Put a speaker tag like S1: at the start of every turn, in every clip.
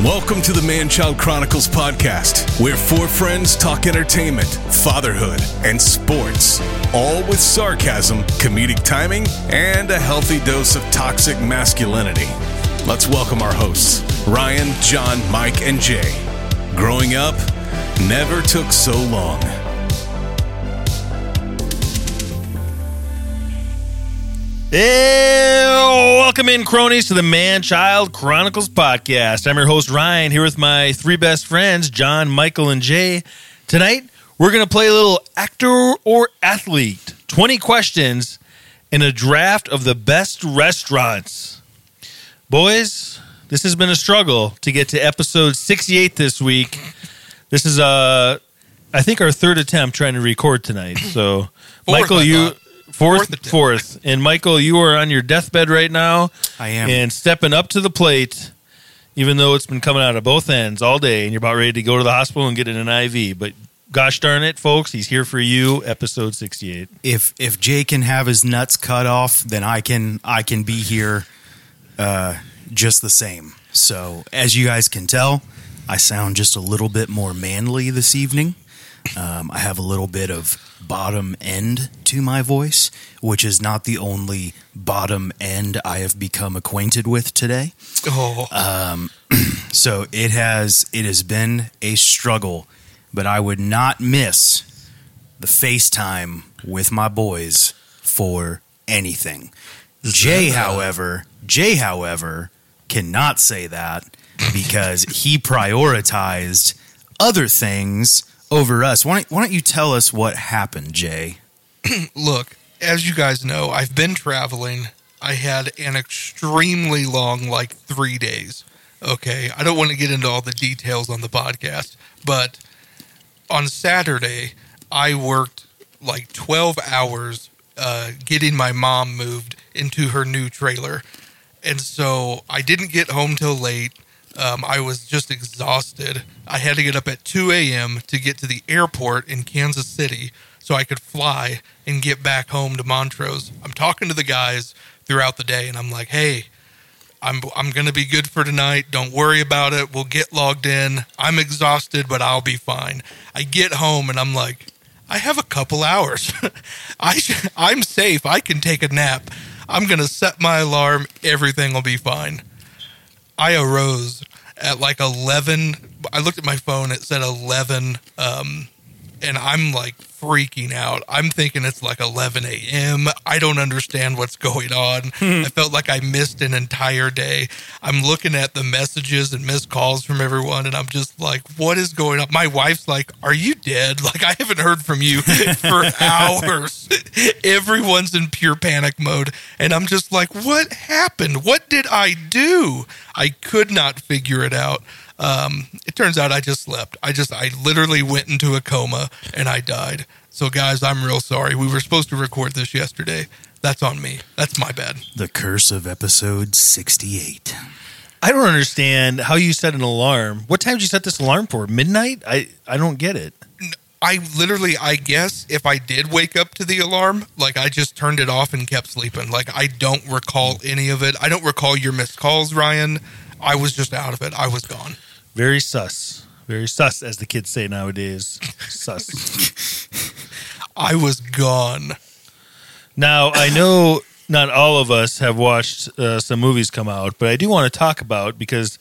S1: Welcome to the Man Child Chronicles podcast, where four friends talk entertainment, fatherhood, and sports, all with sarcasm, comedic timing, and a healthy dose of toxic masculinity. Let's welcome our hosts, Ryan, John, Mike, and Jay. Growing up never took so long.
S2: Hey, welcome in, cronies, to the Man Child Chronicles podcast. I'm your host, Ryan, here with my three best friends, John, Michael, and Jay. Tonight, we're going to play a little actor or athlete 20 questions in a draft of the best restaurants. Boys, this has been a struggle to get to episode 68 this week. This is, uh, I think, our third attempt trying to record tonight. So,
S3: Fourth,
S2: Michael,
S3: I
S2: you.
S3: thought.
S2: Fourth,
S3: Fourth attempt.
S2: fourth. And Michael, you are on your deathbed right now.
S3: I am.
S2: And stepping up to the plate, even though it's been coming out of both ends all day, and you're about ready to go to the hospital and get an IV. But gosh darn it, folks, he's here for you, episode 68.
S4: if if Jay can have his nuts cut off, then I can I can be here uh, just the same. So as you guys can tell, I sound just a little bit more manly this evening. Um, I have a little bit of bottom end to my voice, which is not the only bottom end I have become acquainted with today. Um,
S3: Oh,
S4: So it has it has been a struggle, but I would not miss the FaceTime with my boys for anything. Jay, however, Jay, however, cannot say that because he prioritized other things over us. Why don't, why don't you tell us what happened, Jay?
S3: look, as you guys know, I've been traveling. I had an extremely long, like three days. Okay. I don't want to get into all the details on the podcast, but on Saturday, I worked like 12 hours uh, getting my mom moved into her new trailer. And so I didn't get home till late. Um, I was just exhausted. I had to get up at 2 a.m. to get to the airport in Kansas City so I could fly and get back home to Montrose. I'm talking to the guys throughout the day, and I'm like, hey, I'm I'm gonna be good for tonight. Don't worry about it. We'll get logged in. I'm exhausted, but I'll be fine. I get home and I'm like, I have a couple hours. I sh- I'm safe. I can take a nap. I'm gonna set my alarm. Everything will be fine. I arose at like 11. I looked at my phone. It said 11. Um, and I'm like freaking out. I'm thinking it's like 11 a.m. I don't understand what's going on. I felt like I missed an entire day. I'm looking at the messages and missed calls from everyone, and I'm just like, what is going on? My wife's like, are you dead? Like, I haven't heard from you for hours. Everyone's in pure panic mode. And I'm just like, what happened? What did I do? I could not figure it out um, it turns out I just slept. I just, I literally went into a coma and I died. So, guys, I'm real sorry. We were supposed to record this yesterday. That's on me. That's my bad.
S4: The curse of episode 68.
S2: I don't understand how you set an alarm. What time did you set this alarm for? Midnight? I, I don't get it.
S3: I literally, I guess, if I did wake up to the alarm, like I just turned it off and kept sleeping. Like I don't recall any of it. I don't recall your missed calls, Ryan. I was just out of it. I was gone.
S2: Very sus. Very sus, as the kids say nowadays. sus.
S3: I was gone.
S2: Now, I know not all of us have watched uh, some movies come out, but I do want to talk about because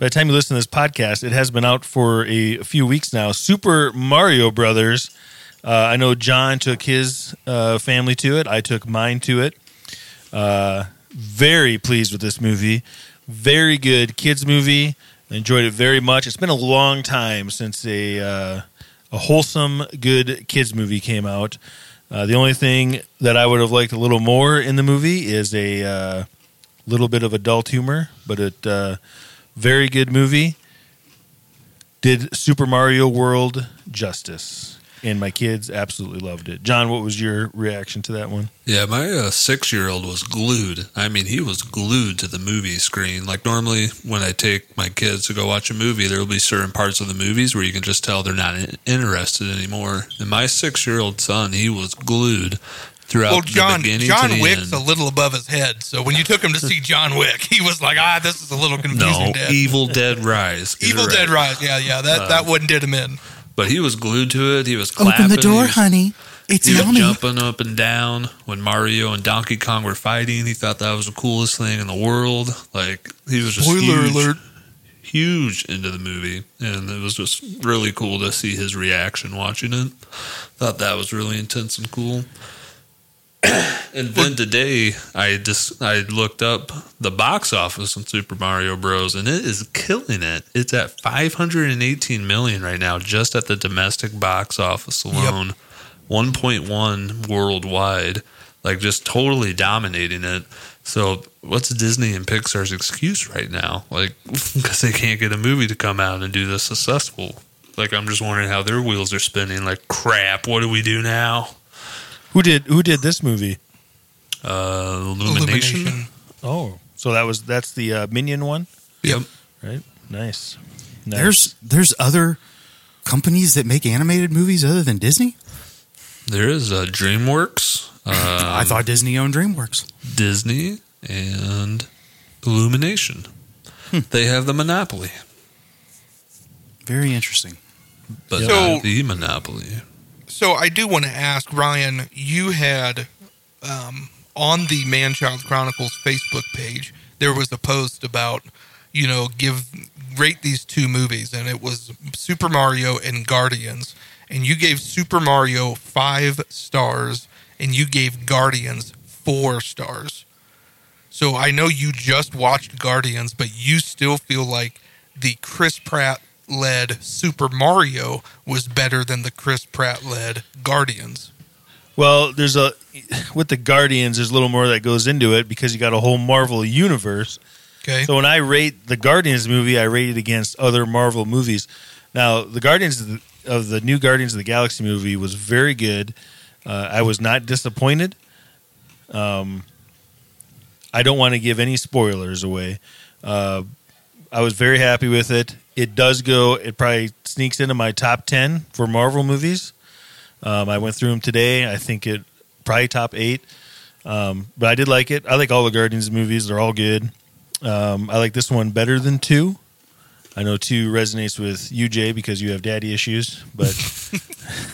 S2: by the time you listen to this podcast, it has been out for a, few weeks now. Super Mario Brothers. Uh, I know John took his uh, family to it. I took mine to it. Uh, very pleased with this movie. Very good kids movie. Enjoyed it very much. It's been a long time since a uh, a wholesome, good kids movie came out. Uh, the only thing that I would have liked a little more in the movie is a uh, little bit of adult humor, but it uh, very good movie. Did Super Mario World justice, and my kids absolutely loved it. John, what was your reaction to that one?
S5: Yeah, my uh, six year old was glued. I mean, he was glued to the movie screen. Like, normally when I take my kids to go watch a movie, there will be certain parts of the movies where you can just tell they're not in- interested anymore. And my six year old son, he was glued throughout
S3: Well, John
S5: the beginning to
S3: John
S5: the
S3: Wick's
S5: end.
S3: a little above his head, so when you took him to see John Wick, he was like, "Ah, this is a little confusing."
S5: no,
S3: Dad.
S5: Evil Dead Rise. You're
S3: Evil
S5: right. Uh,
S3: Dead Rise, yeah, yeah, that that one did him in.
S5: But he was glued to it. He was clapping. he was,
S4: honey. It's
S5: He was jumping up and down when Mario and Donkey Kong were fighting. He thought that was the coolest thing in the world. Like he was just
S3: Spoiler
S5: huge,
S3: alert.
S5: huge into the movie, and it was just really cool to see his reaction watching it. Thought that was really intense and cool. and then today, I just I looked up the box office on Super Mario Bros. and it is killing it. It's at 518 million right now, just at the domestic box office alone. 1.1 worldwide, like just totally dominating it. So, what's Disney and Pixar's excuse right now? Like, because they can't get a movie to come out and do this successful. Like, I'm just wondering how their wheels are spinning. Like, crap, what do we do now?
S2: Who did who did this movie?
S5: Uh, Illumination.
S3: Illumination.
S2: Oh, so that was that's the uh, Minion one,
S5: Yep.
S2: right? Nice. nice.
S4: There's there's other companies that make animated movies other than Disney.
S5: There is uh, DreamWorks, uh,
S4: I thought Disney owned DreamWorks.
S5: Disney, and Illumination. They have the monopoly,
S4: Very interesting.
S5: but
S3: Yep. So-
S5: not the monopoly.
S3: So I do want to ask Ryan. You had um, on the Manchild Chronicles Facebook page there was a post about you know give rate these two movies, and it was Super Mario and Guardians, and you gave Super Mario five stars, and you gave Guardians four stars. So I know you just watched Guardians, but you still feel like the Chris Pratt led Super Mario was better than the Chris Pratt led Guardians.
S2: Well, there's a with the Guardians. There's a little more that goes into it because you got a whole Marvel universe.
S3: Okay.
S2: So when I rate the Guardians movie, I rate it against other Marvel movies. Now, the Guardians of the, of the new Guardians of the Galaxy movie was very good. Uh, I was not disappointed. Um, I don't want to give any spoilers away. Uh, I was very happy with it. It does go. It probably sneaks into my top ten for Marvel movies. Um, I went through them today. I think it probably top eight. Um, but I did like it. I like all the Guardians movies. They're all good. Um, I like this one better than two. I know two resonates with you, Jay, because you have daddy issues, but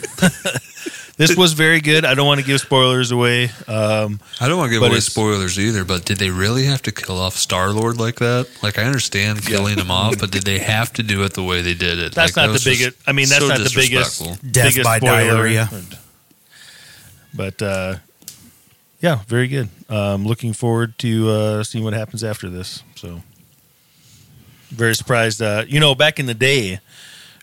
S2: this was very good. I don't want to give spoilers away. Um,
S5: I don't want to give
S2: But
S5: away
S2: it's-
S5: spoilers either, but did they really have to kill off Star Lord like that? Like, I understand killing him off, but did they have to do it the way they did it?
S2: that's
S5: Like, that
S2: not
S5: was
S2: the biggest.
S5: just
S2: I mean, that's
S5: so
S2: not the biggest.
S5: disrespectful.
S4: Death
S2: biggest
S4: by
S2: spoiler.
S4: diarrhea.
S2: But uh, yeah, very good. Um, looking forward to uh, seeing what happens after this. So very surprised. Uh, you know, back in the day,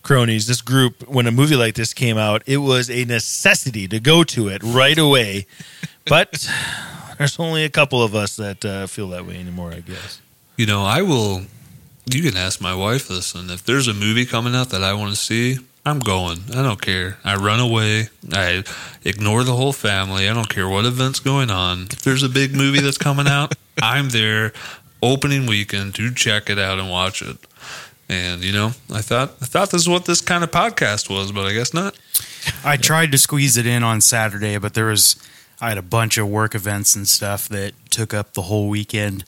S2: cronies, this group, when a movie like this came out, it was a necessity to go to it right away. But there's only a couple of us that uh, feel that way anymore, I guess.
S5: You know, I will. You can ask my wife this, and if there's a movie coming out that I want to see, I'm going. I don't care. I run away. I ignore the whole family. I don't care what event's going on. If there's a big movie that's coming out, I'm there opening weekend to check it out and watch it. And you know, I thought I thought this is what this kind of podcast was, but I guess not.
S4: I tried to squeeze it in on Saturday, but there was I had a bunch of work events and stuff that took up the whole weekend,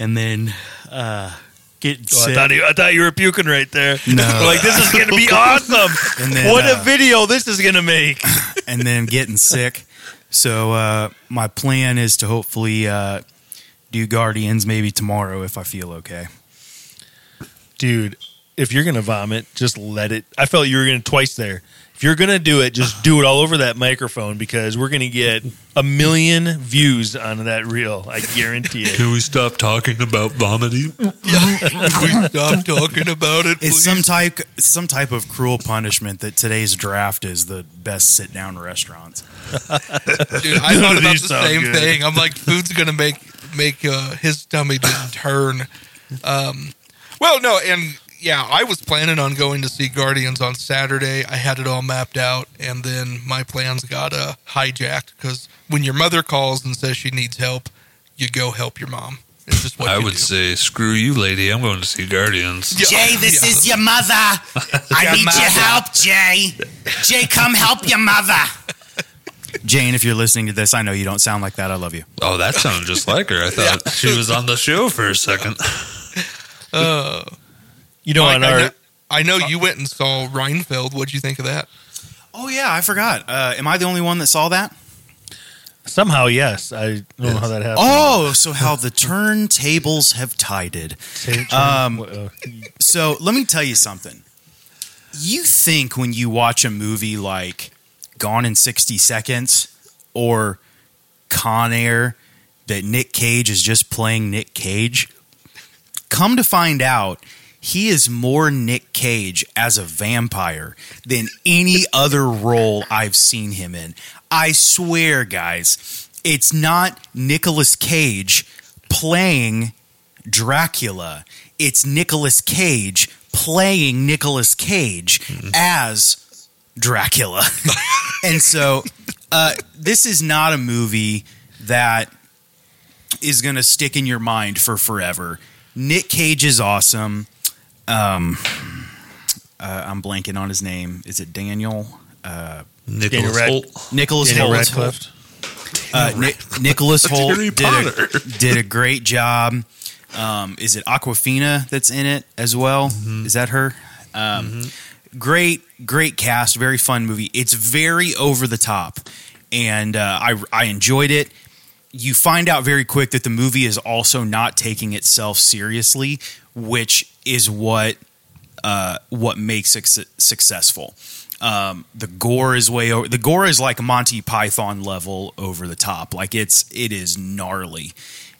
S4: and then uh, getting
S2: Oh, I
S4: sick.
S2: thought you, I thought you were puking right there.
S4: No.
S2: like this is going to be awesome.
S4: And then,
S2: what a
S4: uh,
S2: video this is going to make.
S4: and then getting sick. So uh, my plan is to hopefully uh, do Guardians maybe tomorrow if I feel okay.
S2: Dude, if you're going to vomit, just let it. I felt you were going to twice there. If you're going to do it, just do it all over that microphone because we're going to get a million views on that reel. I guarantee it.
S5: Can we stop talking about vomiting?
S3: we stop talking about it.
S4: It's
S3: please?
S4: some type some type of cruel punishment that today's draft is the best sit down restaurants.
S3: Dude, I thought about
S2: These
S3: the
S2: sound
S3: same
S2: good.
S3: thing. I'm like, food's gonna make make uh, his tummy just turn. Um, well, no, and yeah, I was planning on going to see Guardians on Saturday. I had it all mapped out, and then my plans got uh, hijacked because when your mother calls and says she needs help, you go help your mom. It's just what
S5: I
S3: you
S5: would
S3: do.
S5: say, screw you, lady. I'm going to see Guardians.
S3: Yeah, yeah.
S4: your mother. I
S3: need your mother. help,
S4: Jay. Jay, come help your mother. Jane, if you're listening to this, I know you don't sound like that. I love you.
S5: Oh, that sounded just like her. I thought she was on the show for a second.
S2: You Oh, know,
S3: Mike,
S2: on
S3: I
S2: our
S3: know, I know you went and saw Reinfeld. What'd you think of that?
S4: Oh yeah, I forgot. Uh, am I the only one that saw that?
S2: somehow, yes, I don't know how that happened.
S4: Oh, so how the turntables have tided.
S2: um,
S4: So let me tell you something. You think when you watch a movie like Gone in 60 Seconds or Con Air that Nick Cage is just playing Nick Cage? Come to find out, he is more Nick Cage as a vampire than any other role I've seen him in. I swear, guys, it's not Nicolas Cage playing Dracula. It's Nicolas Cage playing Nicolas Cage as Dracula. and so uh, this is not a movie that is going to stick in your mind for forever. Nick Cage is awesome. Um, uh, I'm blanking on his name. Is it Daniel?
S5: Nicholas
S2: Rad-
S5: Holt.
S4: Nicholas
S2: Daniel
S4: Holt.
S2: Radcliffe.
S4: Uh, Ni- Nicholas Holt
S5: Harry
S4: did a,
S5: Potter.
S4: did a great job. Um, is it Aquafina that's in it as well?
S5: Mm-hmm.
S4: Is that her? Um, Great, great cast. Very fun movie. It's very over the top, and uh, I I enjoyed it. You find out very quick that the movie is also not taking itself seriously, which is what uh, what makes it su- successful. Um, the gore is way over. The gore is like Monty Python level over the top. Like it's it is gnarly.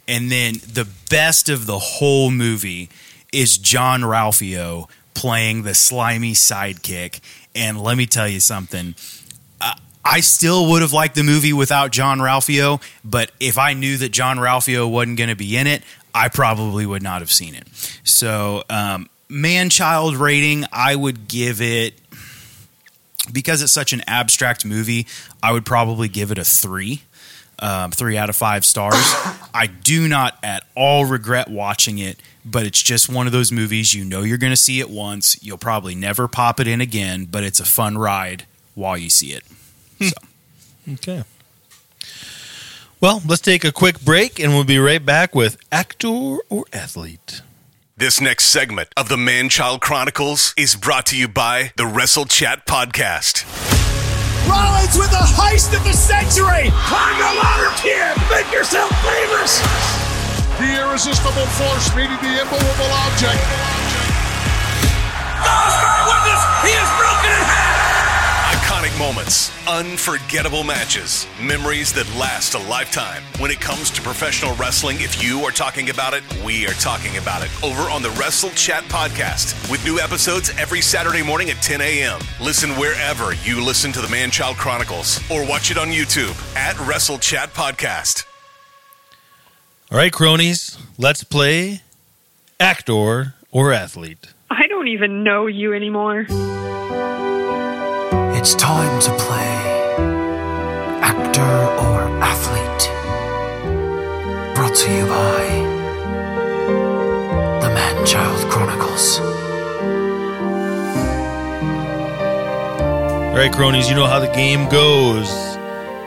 S4: And then the best of the whole movie is John Ralphio playing the slimy sidekick. And let me tell you something. I- I still would have liked the movie without John Ralphio, but if I knew that John Ralphio wasn't going to be in it, I probably would not have seen it. So, um, man child rating, I would give it because it's such an abstract movie, I would probably give it a three, um, three out of five stars. I do not at all regret watching it, but it's just one of those movies you know you're going to see it once. You'll probably never pop it in again, but it's a fun ride while you see it.
S2: Okay. Well, let's take a quick break, and we'll be right back with actor or athlete.
S1: This next segment of the Man Child Chronicles is brought to you by the Wrestle Chat Podcast.
S6: Rollins with a heist of the century. Climb the ladder, kid. Make yourself famous.
S7: The irresistible force meeting the immovable object.
S6: Those are witness. He is broken in half.
S1: Iconic moments, unforgettable matches, memories that last a lifetime. When it comes to professional wrestling, if you are talking about it, we are talking about it over on the Wrestle Chat podcast with new episodes every Saturday morning at 10 a.m. Listen wherever you listen to the Man Child Chronicles or watch it on YouTube at Wrestle Chat Podcast.
S2: All right, cronies, let's play actor or athlete.
S8: I don't even know you anymore.
S9: It's time to play actor or athlete. Brought to you by the Man Child Chronicles.
S2: All right, cronies, you know how the game goes.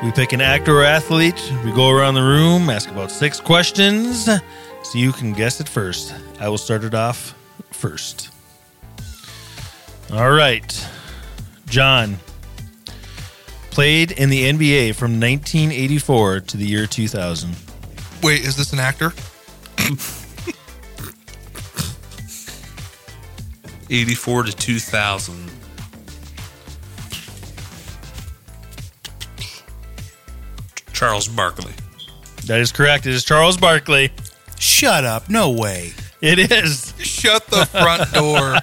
S2: We pick an actor or athlete. We go around the room, ask about six questions, so you can guess it first. I will start it off first. All right, John played in the NBA from 1984 to the year 2000.
S3: Wait, is this an actor?
S5: 84 to 2000. Charles Barkley.
S2: That is correct. It is Charles Barkley.
S4: Shut up. No way.
S2: It is.
S3: Shut the front door.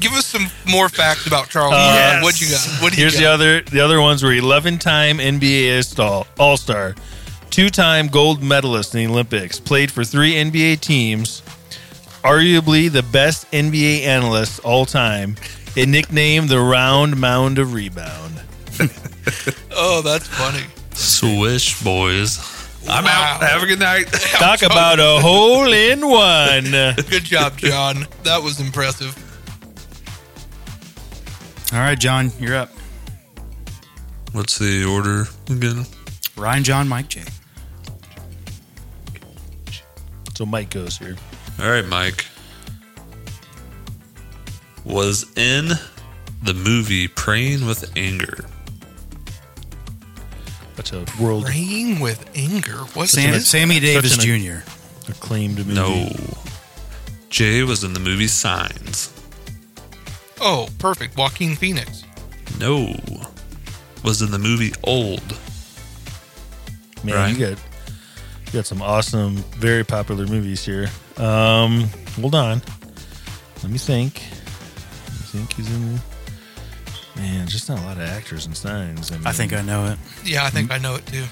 S3: Give us some more facts about Charles. Barkley. What you got? What do you
S2: Uh, Here's the
S3: got?
S2: other the other ones were 11 time NBA All Star, two time gold medalist in the Olympics, played for three NBA teams, arguably the best NBA analyst all time, and nicknamed the Round Mound of Rebound.
S3: oh, that's funny.
S5: Swish boys. I'm out.
S3: Wow.
S5: Have a good night.
S2: Talk about a hole in one.
S3: Good job, John. that was impressive.
S4: All right, John, you're up.
S5: What's the order again?
S4: Ryan, John, Mike, Jay.
S2: So Mike goes here.
S5: All right, Mike. Was in the movie Praying with Anger.
S2: That's a world
S3: Praying with anger. What's
S4: Sam,
S3: this?
S4: Sammy Davis
S2: such
S4: Jr.
S2: acclaimed movie.
S5: No. Jay was in the movie Signs.
S3: Oh, perfect. Joaquin Phoenix.
S5: No. Was in the movie Old.
S2: Man,
S5: Right.
S2: you got you got some awesome, very popular movies here. Um, hold on, let me think. I think he's in. Man, just not a lot of actors and signs. mean,
S4: I think I know it.
S3: Yeah, I think I know it too.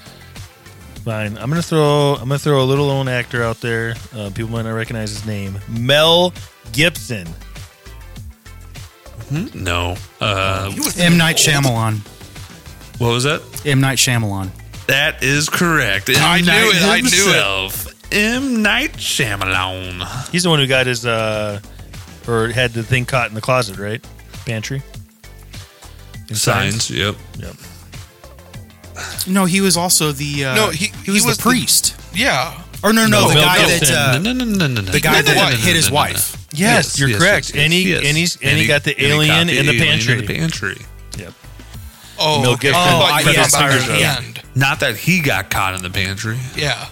S2: fine. I'm gonna throw I'm gonna throw a little known actor out there. Uh, people might not recognize his name. Mel Gibson.
S5: No. Uh,
S4: M. Night Shyamalan.
S5: what was that?
S4: M. Night Shyamalan.
S5: That is correct. M.
S3: I knew it, I knew it.
S5: it. M. Night Shyamalan.
S2: He's the one who got his uh, or had the thing caught in the closet, right? Pantry. In
S5: Signs, yep.
S2: Yep.
S4: No, he was also the. Uh,
S3: No, he-
S4: he was
S3: he was
S4: the
S3: the-
S4: priest.
S3: Yeah.
S4: or no, no,
S5: No,
S4: the
S2: Mel
S4: guy
S2: Gibson.
S4: that. Uh,
S5: Oh, no, no, no, no, no, no.
S4: the guy
S5: No, no,
S4: that
S5: no,
S4: hit
S5: no,
S4: his
S5: no, no,
S4: wife.
S2: Yes, you're correct. and he and he's and, he got the
S5: and he
S2: alien
S5: got
S2: in the pantry.
S5: in the pantry.
S2: Yep.
S3: Oh,
S2: Mel
S3: okay.
S2: Gibson.
S3: I thought
S4: Oh,
S3: you were
S4: yeah,
S3: talking about
S4: sorry.
S3: the
S4: Yeah.
S3: end.
S5: Not that he got caught in the pantry.
S3: Yeah.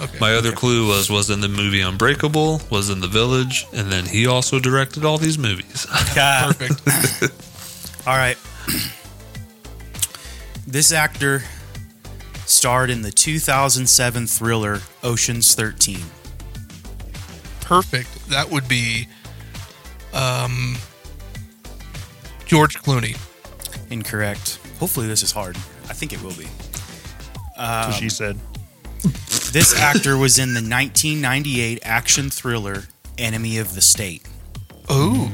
S3: Okay.
S5: My other clue was was in the movie Unbreakable, was in The Village, and then he also directed all these movies.
S3: Perfect.
S4: All right. this actor starred in the 2007 thriller Ocean's 13.
S3: Perfect. That would be um George Clooney.
S4: Incorrect. Hopefully, this is hard. I think it will be.
S2: So
S4: Um,
S2: she said.
S4: This actor was in the 1998 action thriller Enemy of the State.
S3: Oh.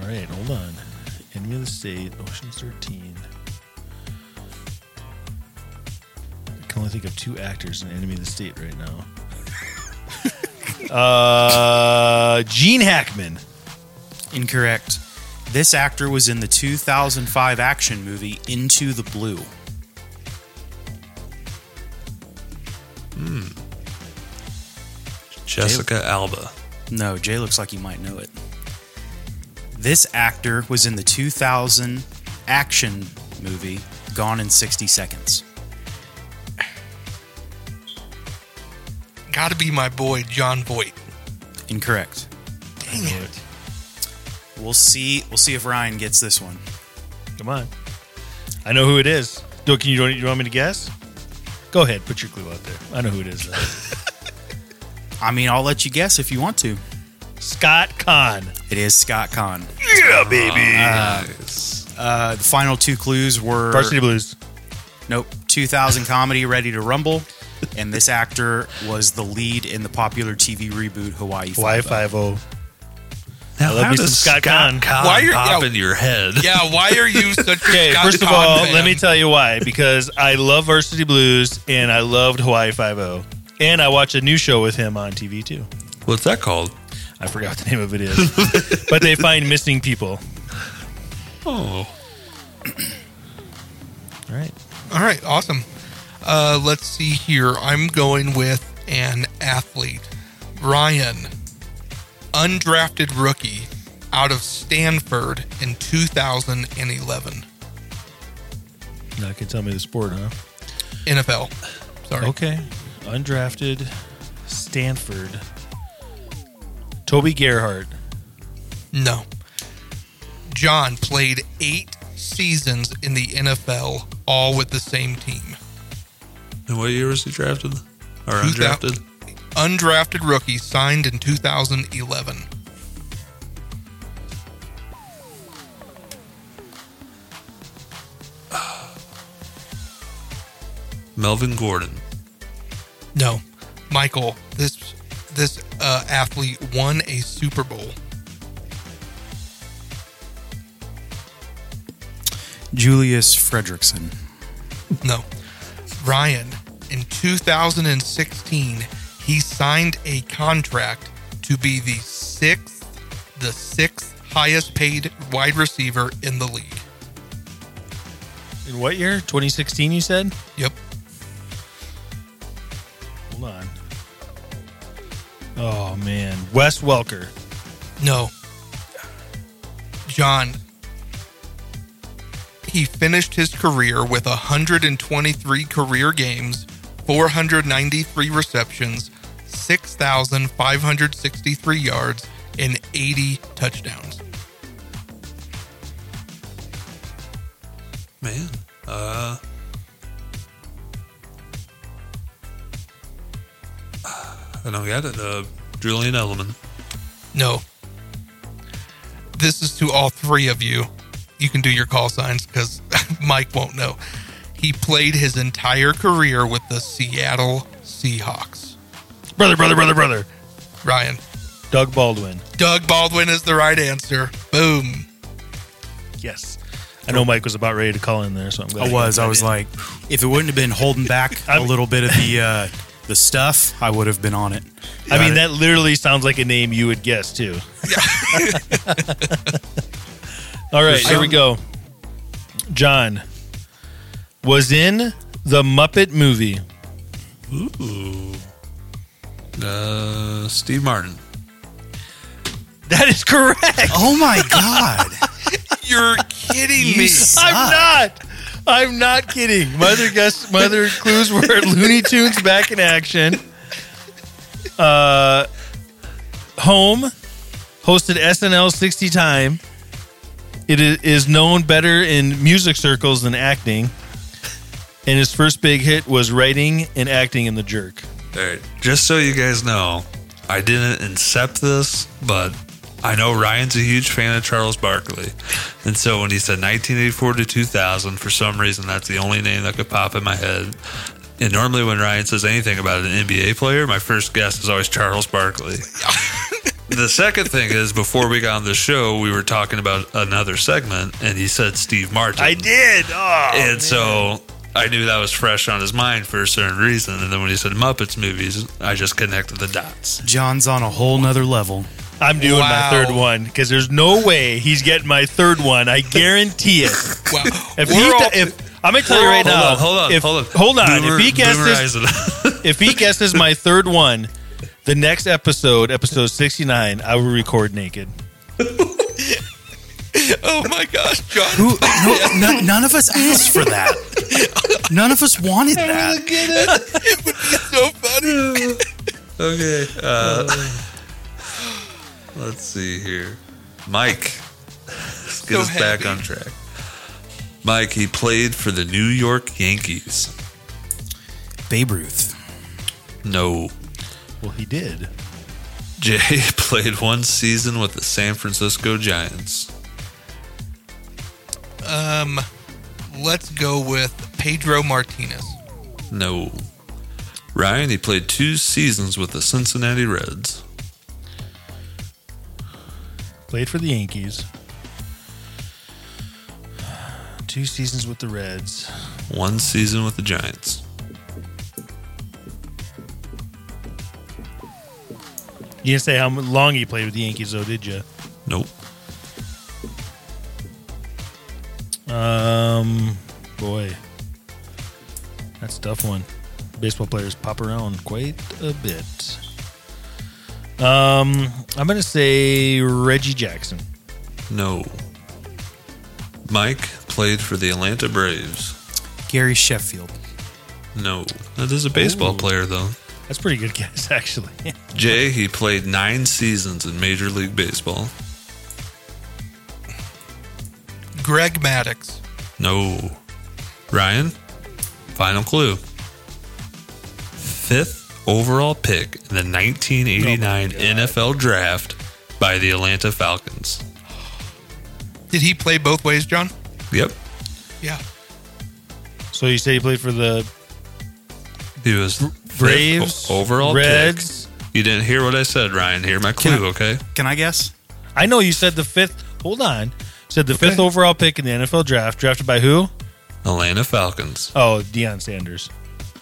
S2: All right, hold on. Enemy of the State, Ocean's 13. I can only think of two actors in Enemy of the State right now. uh, Gene Hackman.
S4: Incorrect. This actor was in the 2005 action movie Into the Blue.
S5: Jessica Alba.
S4: No, Jay looks like he might know it. This actor was in the 2000 action movie Gone in 60 Seconds.
S3: Gotta be my boy John Voight.
S4: Incorrect.
S3: Dang it.
S4: We'll see. We'll see if Ryan gets this one.
S2: Come on. I know who it is. Do can you, do you want me to guess? Go ahead, put your clue out there. I know who it is. though.
S4: I mean, I'll let you guess if you want to.
S2: Scott Kahn.
S4: It is Scott Kahn. Yeah, baby. Uh, uh, the final two clues were
S2: Varsity Blues.
S4: Nope. 2000 comedy Ready to Rumble. And this actor was the lead in the popular TV reboot Hawaii
S2: Hawaii
S4: Five-O.
S2: 5 0. oh. I love
S5: how
S2: me some
S5: does
S2: Scott Kahn.
S3: Why
S5: Why
S3: are-
S5: are pop
S3: yeah.
S5: in your head?
S3: Yeah, why are you such a
S2: Okay,
S3: Scott
S2: first of
S3: Kahn
S2: all,
S3: fan?
S2: let me tell you why. Because I love Varsity Blues and I loved Hawaii Five O, and I watch a new show with him on TV too.
S5: What's that called?
S2: I forgot what the name of it is, but they find missing people.
S5: Oh,
S2: All right,
S3: All right, awesome. Uh, let's see here. I'm going with an athlete, Ryan, undrafted rookie out of Stanford in 2011.
S2: now you can tell me the sport, huh?
S3: NFL. Sorry.
S2: Okay, undrafted, Stanford, Toby Gerhart.
S3: No. John played eight seasons in the NFL, all with the same team.
S5: and what year was he drafted? Or
S3: Two thou-
S5: undrafted?
S3: Undrafted rookie signed in 2011.
S5: Melvin Gordon.
S3: No, Michael. This this uh, athlete won a Super Bowl.
S4: Julius Fredrickson.
S3: No. Ryan, in 2016, he signed a contract to be the sixth, the sixth highest paid wide receiver in the league.
S2: In what year? 2016, you said?
S3: Yep.
S2: Hold on. Oh, man. Wes Welker.
S3: No. John. He finished his career with 123 career games, 493 receptions, 6,563 yards, and 80 touchdowns.
S5: Man. Uh, I don't get it. Uh, Julian Edelman.
S3: No. This is to all three of you. You can do your call signs because Mike won't know. He played his entire career with the Seattle Seahawks.
S2: Brother, brother, brother, brother.
S3: Ryan,
S2: Doug Baldwin.
S3: Doug Baldwin is the right answer. Boom.
S2: Yes. I know Mike was about ready to call in there, so I'm glad.
S4: I
S2: he
S4: was.
S2: got
S4: I
S2: that
S4: was
S2: in.
S4: like, if it wouldn't have been holding back a little bit of the uh, the stuff, I would have been on it.
S2: I mean,
S4: Got it.
S2: that literally sounds like a name you would guess too. All right, here we go. John was in the Muppet movie.
S5: Ooh. Uh, Steve Martin.
S2: That is correct.
S4: Oh my god!
S3: You're kidding me.
S2: I'm not. I'm not kidding. My other guess, my other clues were Looney Tunes back in action. Uh, home hosted SNL 60 time. It i- is known better in music circles than acting. And his first big hit was writing and acting in The Jerk.
S5: All right. Just so you guys know, I didn't incept this, but I know Ryan's a huge fan of Charles Barkley. And so when he said 1984 to 2000, for some reason, that's the only name that could pop in my head. And normally, when Ryan says anything about an NBA player, my first guess is always Charles Barkley. the second thing is, before we got on the show, we were talking about another segment, and he said Steve Martin. I
S2: did. Oh,
S5: and so I knew that was fresh on his mind for a certain reason. And then when he said Muppets movies, I just connected the dots.
S4: John's on a whole nother level.
S2: I'm doing
S3: Wow.
S2: my third one because there's no way he's getting my third one. I guarantee it.
S3: Wow.
S2: If
S3: We're
S2: he,
S3: all-
S2: if I'm gonna tell you right
S5: hold
S2: now,
S5: on, hold on,
S2: if,
S5: hold on,
S2: hold on.
S5: Boomer-
S2: if he guesses,
S5: boomerize it.
S2: if he guesses my third one, the next episode, episode 69, I will record naked.
S3: oh my gosh, John.
S4: Who? No, no, none of us asked for that. None of us wanted that.
S3: so funny.
S5: okay, uh, let's see here, Mike. Let's get
S3: So
S5: us back
S3: happy.
S5: on track. Mike, he played for the New York Yankees.
S4: Babe Ruth.
S5: No,
S2: Well, he did.
S5: Jay played one season with the San Francisco Giants.
S3: Um, let's go with Pedro Martinez.
S5: No. Ryan, he played two seasons with the Cincinnati Reds.
S2: Played for the Yankees. Two seasons with the Reds.
S5: one season with the Giants.
S2: You didn't say how long he played with the Yankees, though, did you?
S5: Nope.
S2: Um, boy, that's a tough one. Baseball players pop around quite a bit. Um, I'm gonna say Reggie Jackson.
S5: No. Mike played for the Atlanta Braves.
S4: Gary Sheffield.
S5: No. That is a baseball
S2: Ooh.
S5: player, though.
S2: That's a pretty good guess, actually.
S5: Jay, he played nine seasons in Major League Baseball.
S3: Greg Maddox.
S5: No. Ryan, final clue. Fifth overall pick in the 1989 NFL Draft by the Atlanta Falcons.
S3: Did he play both ways, John?
S5: Yep.
S3: Yeah.
S2: so you say you played for the
S5: He was fifth
S2: Braves,
S5: o- overall pick.
S2: Reds.
S5: You didn't hear what I said, Ryan. Hear my
S4: Can I-
S5: clue, okay?
S4: Can I guess?
S2: I know you said the fifth. Hold on, said the fifth overall pick in the NFL draft, drafted by who?
S5: Atlanta Falcons.
S2: Oh, Deion Sanders.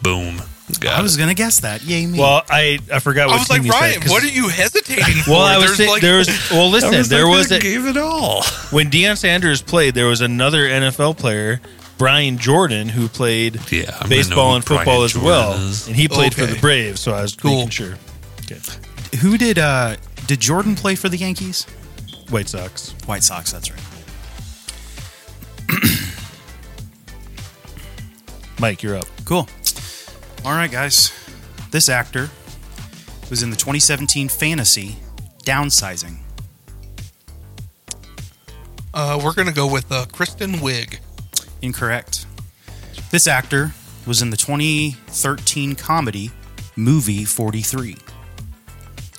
S5: Boom. Got
S4: I was gonna guess that. Yay me.
S2: Well, I I forgot what
S3: I was
S2: team
S3: like,
S2: you said,
S3: Ryan,
S2: 'cause-
S3: what are you hesitating for?
S2: Well, I was saying,
S3: like,
S2: there was well, listen, there was a,
S5: gave it all.
S2: When Deion Sanders played, there was another NFL player Brian Jordan, who played
S5: Yeah, I know
S2: baseball
S5: who
S2: and football
S5: Brian
S2: as well,
S5: Jordan is.
S2: and he played for
S3: Okay.
S2: the Braves. So I was
S3: Cool.
S2: making sure. Okay.
S4: Who did uh did Jordan play for the Yankees?
S2: White Sox.
S4: White Sox, that's right.
S2: Mike, you're up.
S4: Cool. All right, guys. This actor was in the 2017 fantasy Downsizing.
S3: Uh, we're gonna go with uh, Kristen Wiig.
S4: Incorrect. This actor was in the 2013 comedy Movie 43.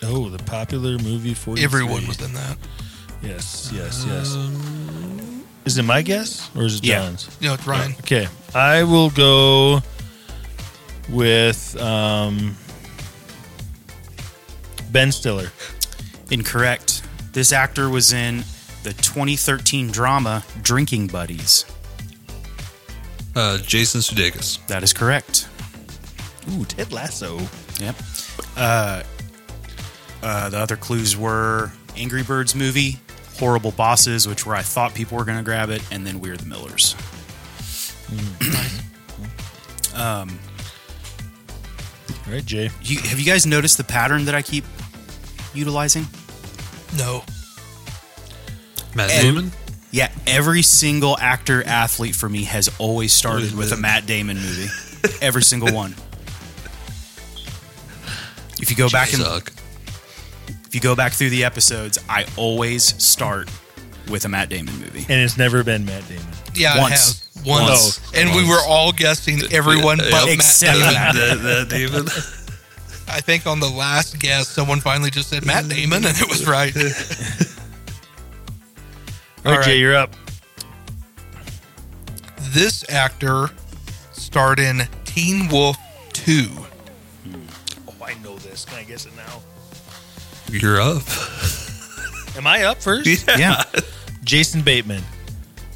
S2: Oh, the popular movie for
S3: Everyone was in that.
S2: Yes, yes, yes. Is it my guess or is it
S4: Yeah.
S2: John's?
S3: No, it's Ryan.
S2: Okay, I will go with um, Ben Stiller.
S4: Incorrect. This actor was in the 2013 drama Drinking Buddies.
S5: Uh, Jason Sudeikis.
S4: That is correct.
S2: Ooh, Ted Lasso.
S4: Yep. Uh, uh, the other clues were Angry Birds movie, Horrible Bosses, which where I thought people were going to grab it, and then We're the Millers.
S2: All Right, Jay.
S4: You, have you guys noticed the pattern that I keep utilizing?
S3: No,
S5: Matt
S4: And-
S5: Damon.
S4: Yeah, every single actor athlete for me has always started with a Matt Damon movie. every single one. If you go back and
S5: Suck.
S4: if you go back through the episodes, I always start with a Matt Damon movie.
S2: And it's never been Matt Damon.
S3: yeah,
S4: Once.
S3: it has. once,
S2: Once.
S3: and we were all guessing everyone
S5: Yeah,
S3: but
S4: except
S3: Matt. Damon.
S4: Matt.
S5: that, that Damon.
S3: I think on the last guess, someone finally just said Matt Damon, and it was right.
S2: All right,
S3: All
S2: Jay,
S3: right.
S2: you're up.
S3: this actor starred in Teen Wolf Two.
S2: Oh, I know this. Can I guess it now?
S5: You're up.
S2: Am I up first?
S4: Yeah.
S2: Jason Bateman.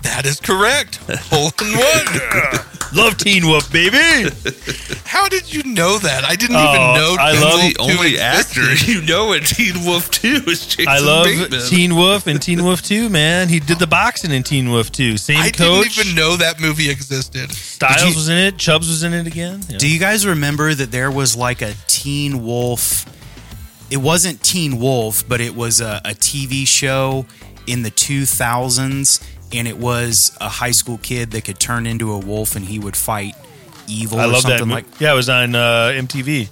S3: That is correct. Hole in one.
S2: Love Teen Wolf, baby.
S3: How did you know that? I didn't
S2: Oh,
S3: even know.
S2: I
S3: Teen
S2: love
S3: Wolf
S5: the
S3: 2
S5: only
S3: existed.
S5: actor you know in Teen Wolf 2 is Jason
S2: I love
S5: Bateman.
S2: Teen Wolf and Teen Wolf 2, man. He did the boxing in Teen Wolf 2. Same
S3: I
S2: coach.
S3: didn't even know that movie existed.
S2: Styles
S4: Did you-
S2: was in it. Chubbs was in it again. Yeah.
S4: Do you guys remember that there was like a Teen Wolf? It wasn't Teen Wolf, but it was a, a TV show in the 2000s, and it was a high school kid that could turn into a wolf and he would fight evil
S2: I
S4: or
S2: love that.
S4: something
S2: Mo-
S4: like
S2: yeah, it was on uh, MTV.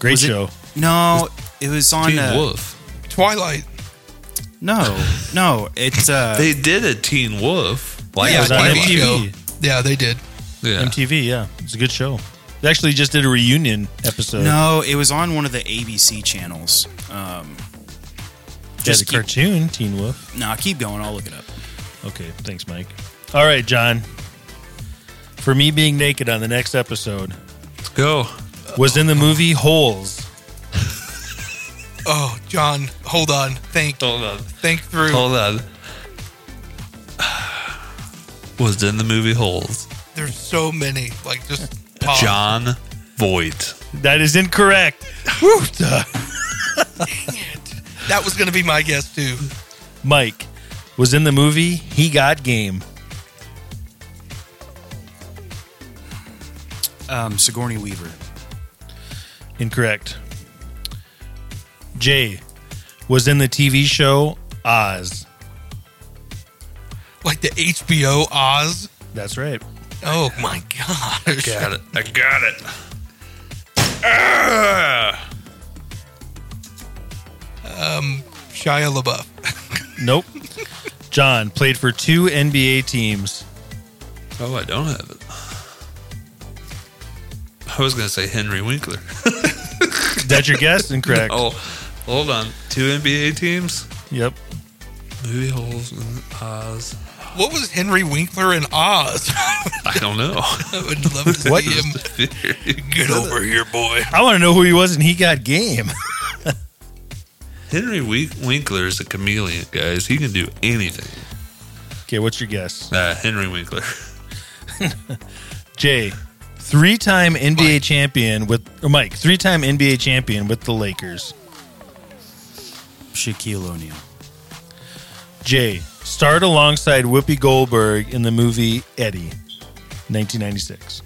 S2: Great
S4: Was it-
S2: show.
S4: No, it was on.
S5: Teen
S4: uh,
S5: Wolf.
S3: Twilight.
S4: No, no, it's uh,
S5: They did a Teen Wolf. Like,
S2: it
S3: yeah,
S2: was on
S3: Twilight
S2: MTV.
S3: show. Yeah, they did.
S5: yeah.
S2: MTV, yeah. It's a good show. They actually just did a reunion episode.
S4: no, it was on one of the ABC channels. Um,
S2: just
S4: just
S2: a
S4: keep-
S2: cartoon, Teen Wolf.
S4: no, keep going. I'll look it up.
S2: Okay, thanks, Mike. All right, John. For me being naked on the next episode
S5: Let's go.
S2: was in the movie Holes.
S3: Oh, John, hold on. Think,
S5: Hold on.
S3: think through.
S5: Hold on. Was in the movie Holes.
S3: There's so many. Like just
S5: Oh.
S3: pause.
S5: John Voight.
S2: That is incorrect. Whew, duh.
S3: That was gonna be my guess too.
S2: Mike was in the movie He Got Game.
S4: Um, Sigourney Weaver.
S2: Incorrect. Jay was in the TV show Oz.
S3: Like the HBO Oz.
S2: That's right.
S3: Oh my gosh.
S5: Got it. I got it.
S3: Shia LaBeouf.
S2: Nope. John played for two NBA teams.
S5: Oh, I don't have it. I was going to say Henry Winkler.
S2: That's your guess? Incorrect.
S5: Oh, hold on. Two NBA teams?
S2: Yep.
S5: Movie Holes and Oz.
S3: What was Henry Winkler in Oz?
S5: I don't know.
S3: I would love to see
S2: What?
S3: him. Get over here, boy.
S2: I want to know who he was and he got game.
S5: Henry Wink- Winkler is a chameleon, guys. He can do anything.
S2: okay, what's your guess?
S5: Uh, Henry Winkler.
S2: Jay, three time NBA champion with or Mike, three time NBA champion with the Lakers.
S4: Shaquille O'Neal.
S2: Jay, starred alongside Whoopi Goldberg in the movie Eddie. 1996.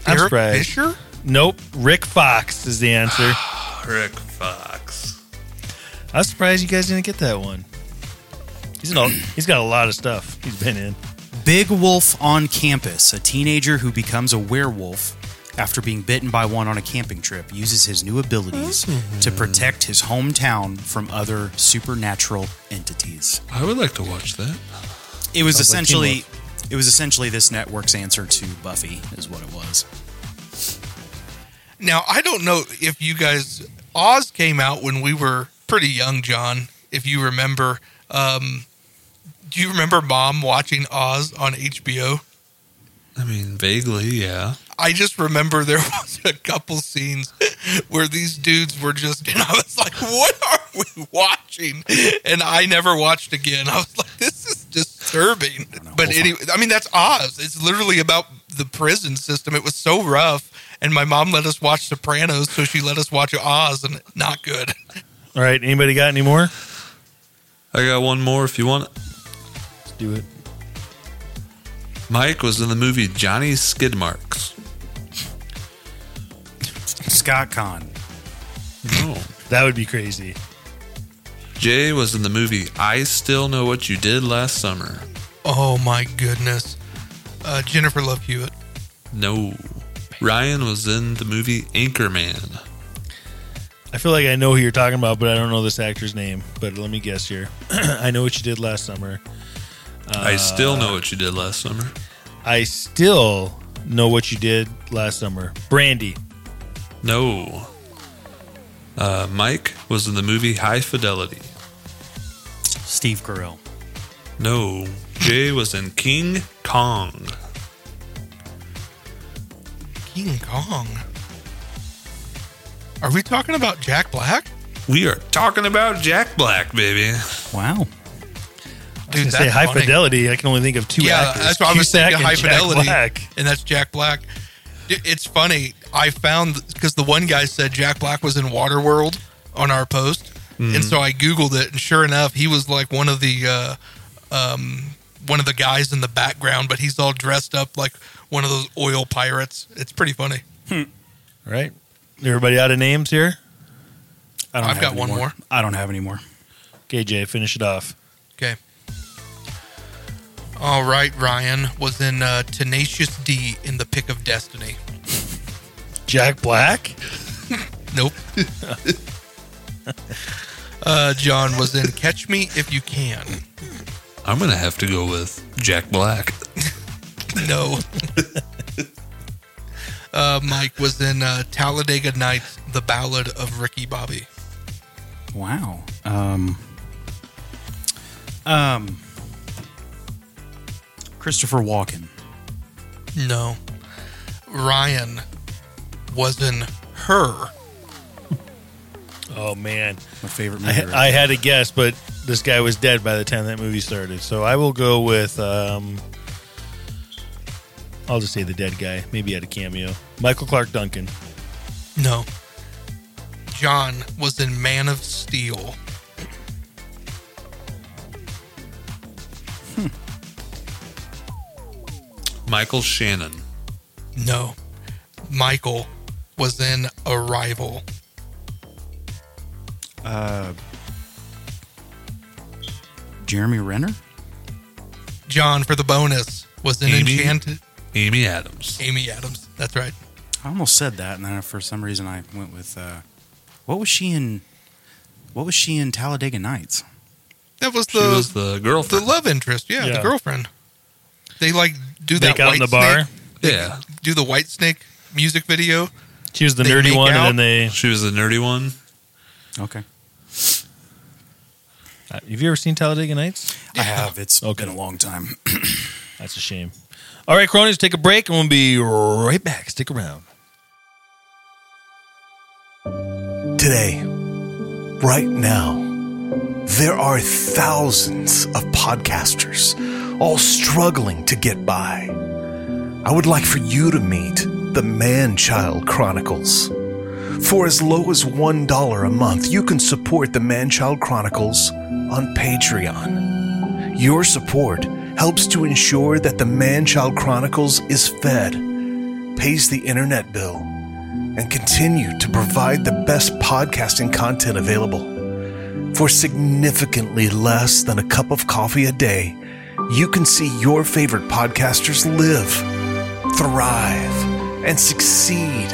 S2: I'm
S3: Eric
S2: surprised.
S3: Fisher?
S2: Nope. Rick Fox is the answer.
S5: Rick Fox.
S2: I was surprised you guys didn't get that one. He's in all, he's got a lot of stuff he's been in.
S4: Big Wolf on Campus, a teenager who becomes a werewolf after being bitten by one on a camping trip, uses his new abilities to protect his hometown from other supernatural entities.
S5: I would like to watch that.
S4: It was
S2: Sounds like Teen
S4: essentially it was essentially this network's answer to Buffy is what it was.
S3: Now, I don't know if you guys Oz came out when we were pretty young, John. If you remember, um, do you remember Mom watching Oz on HBO?
S5: I mean, vaguely, yeah.
S3: I just remember there was a couple scenes where these dudes were just, and I was like, "What are we watching?" And I never watched again. I was like, "This is disturbing." But anyway, I mean, that's Oz. It's literally about the prison system. It was so rough, and my mom let us watch Sopranos, so she let us watch Oz, and not good.
S2: All right. Anybody got any more?
S5: I got one more if you want it.
S2: Let's do it.
S5: Mike was in the movie Johnny Skidmarks.
S4: Scott Kahn.
S5: Oh.
S2: That would be crazy.
S5: Jay was in the movie I Still Know What You Did Last Summer.
S3: Oh my goodness, uh, Jennifer Love Hewitt.
S5: No. Ryan was in the movie Anchorman.
S2: I feel like I know who you're talking about, but I don't know this actor's name. But let me guess here. I know what you did last summer.
S5: I Still Know What You Did Last Summer.
S2: I still know what you did last summer. Brandy.
S5: No. Uh, Mike was in the movie High Fidelity.
S4: Steve Carell.
S5: No. Jay was in King Kong.
S3: King Kong. Are we talking about Jack Black?
S5: We are talking about Jack Black, baby.
S4: Wow.
S3: Dude,
S2: I say high
S3: funny.
S2: fidelity. I can only think of two
S3: yeah,
S2: actors.
S3: that's what I was
S2: Cusack
S3: thinking.
S2: and
S3: High
S2: Jack
S3: Fidelity,
S2: Black.
S3: and that's Jack Black. Dude, It's funny. I found because the one guy said Jack Black was in Waterworld on our post, and so I googled it, and sure enough, he was like one of the uh, um, one of the guys in the background, but he's all dressed up like one of those oil pirates. It's pretty funny.
S2: All Right. Everybody out of names here?
S4: I
S3: I've
S4: have
S3: got
S4: any
S3: one more.
S4: I don't have any more.
S2: Okay, Jay, finish it off.
S3: Okay. All right, Ryan was in uh, Tenacious D in the Pick of Destiny.
S2: Jack Black?
S3: Nope. uh, John was in Catch Me If You Can.
S5: I'm going to have to go with Jack Black.
S3: No. Uh, Mike was in uh, Talladega Nights, The Ballad of Ricky Bobby.
S4: Wow. Um, um, Christopher Walken.
S3: No. Ryan was in Her.
S2: Oh, man.
S4: My favorite movie.
S2: I, I had a guess, but this guy was dead by the time that movie started. So I will go with. Um, I'll just say the dead guy. Maybe had a cameo. Michael Clark Duncan.
S3: No. John was in Man of Steel.
S5: Michael Shannon.
S3: No. Michael was in Arrival.
S4: Jeremy Renner.
S3: John, for the bonus, was in
S5: Amy?
S3: Enchanted.
S5: Amy Adams.
S3: Amy Adams. That's right.
S4: I almost said that, and then for some reason I went with. Uh, what was she in? What was she in Talladega Nights?
S3: That was
S5: She
S3: the
S5: was the girlfriend.
S3: the love interest, yeah,
S2: Yeah.
S3: the girlfriend. They like do that
S2: Make out in
S3: White
S2: the bar.
S3: Snake-
S5: yeah.
S3: do the White Snake music video.
S2: She was the
S3: They
S2: nerdy
S3: make
S2: one,
S3: out?
S2: and then they.
S5: She was the nerdy one.
S4: Okay.
S2: Uh, Have you ever seen Talladega Nights?
S4: I have. It's
S2: Okay.
S4: been a long time.
S2: That's a shame. All right, cronies, take a break, and we'll be right back. Stick around.
S6: Today, right now, there are thousands of podcasters all struggling to get by. I would like for you to meet the Man Child Chronicles. For as low as $1 a month, you can support the Man Child Chronicles on Patreon. Your support helps to ensure that the Man Child Chronicles is fed, pays the internet bill, and continue to provide the best podcasting content available. For significantly less than a cup of coffee a day, you can see your favorite podcasters live, thrive, and succeed.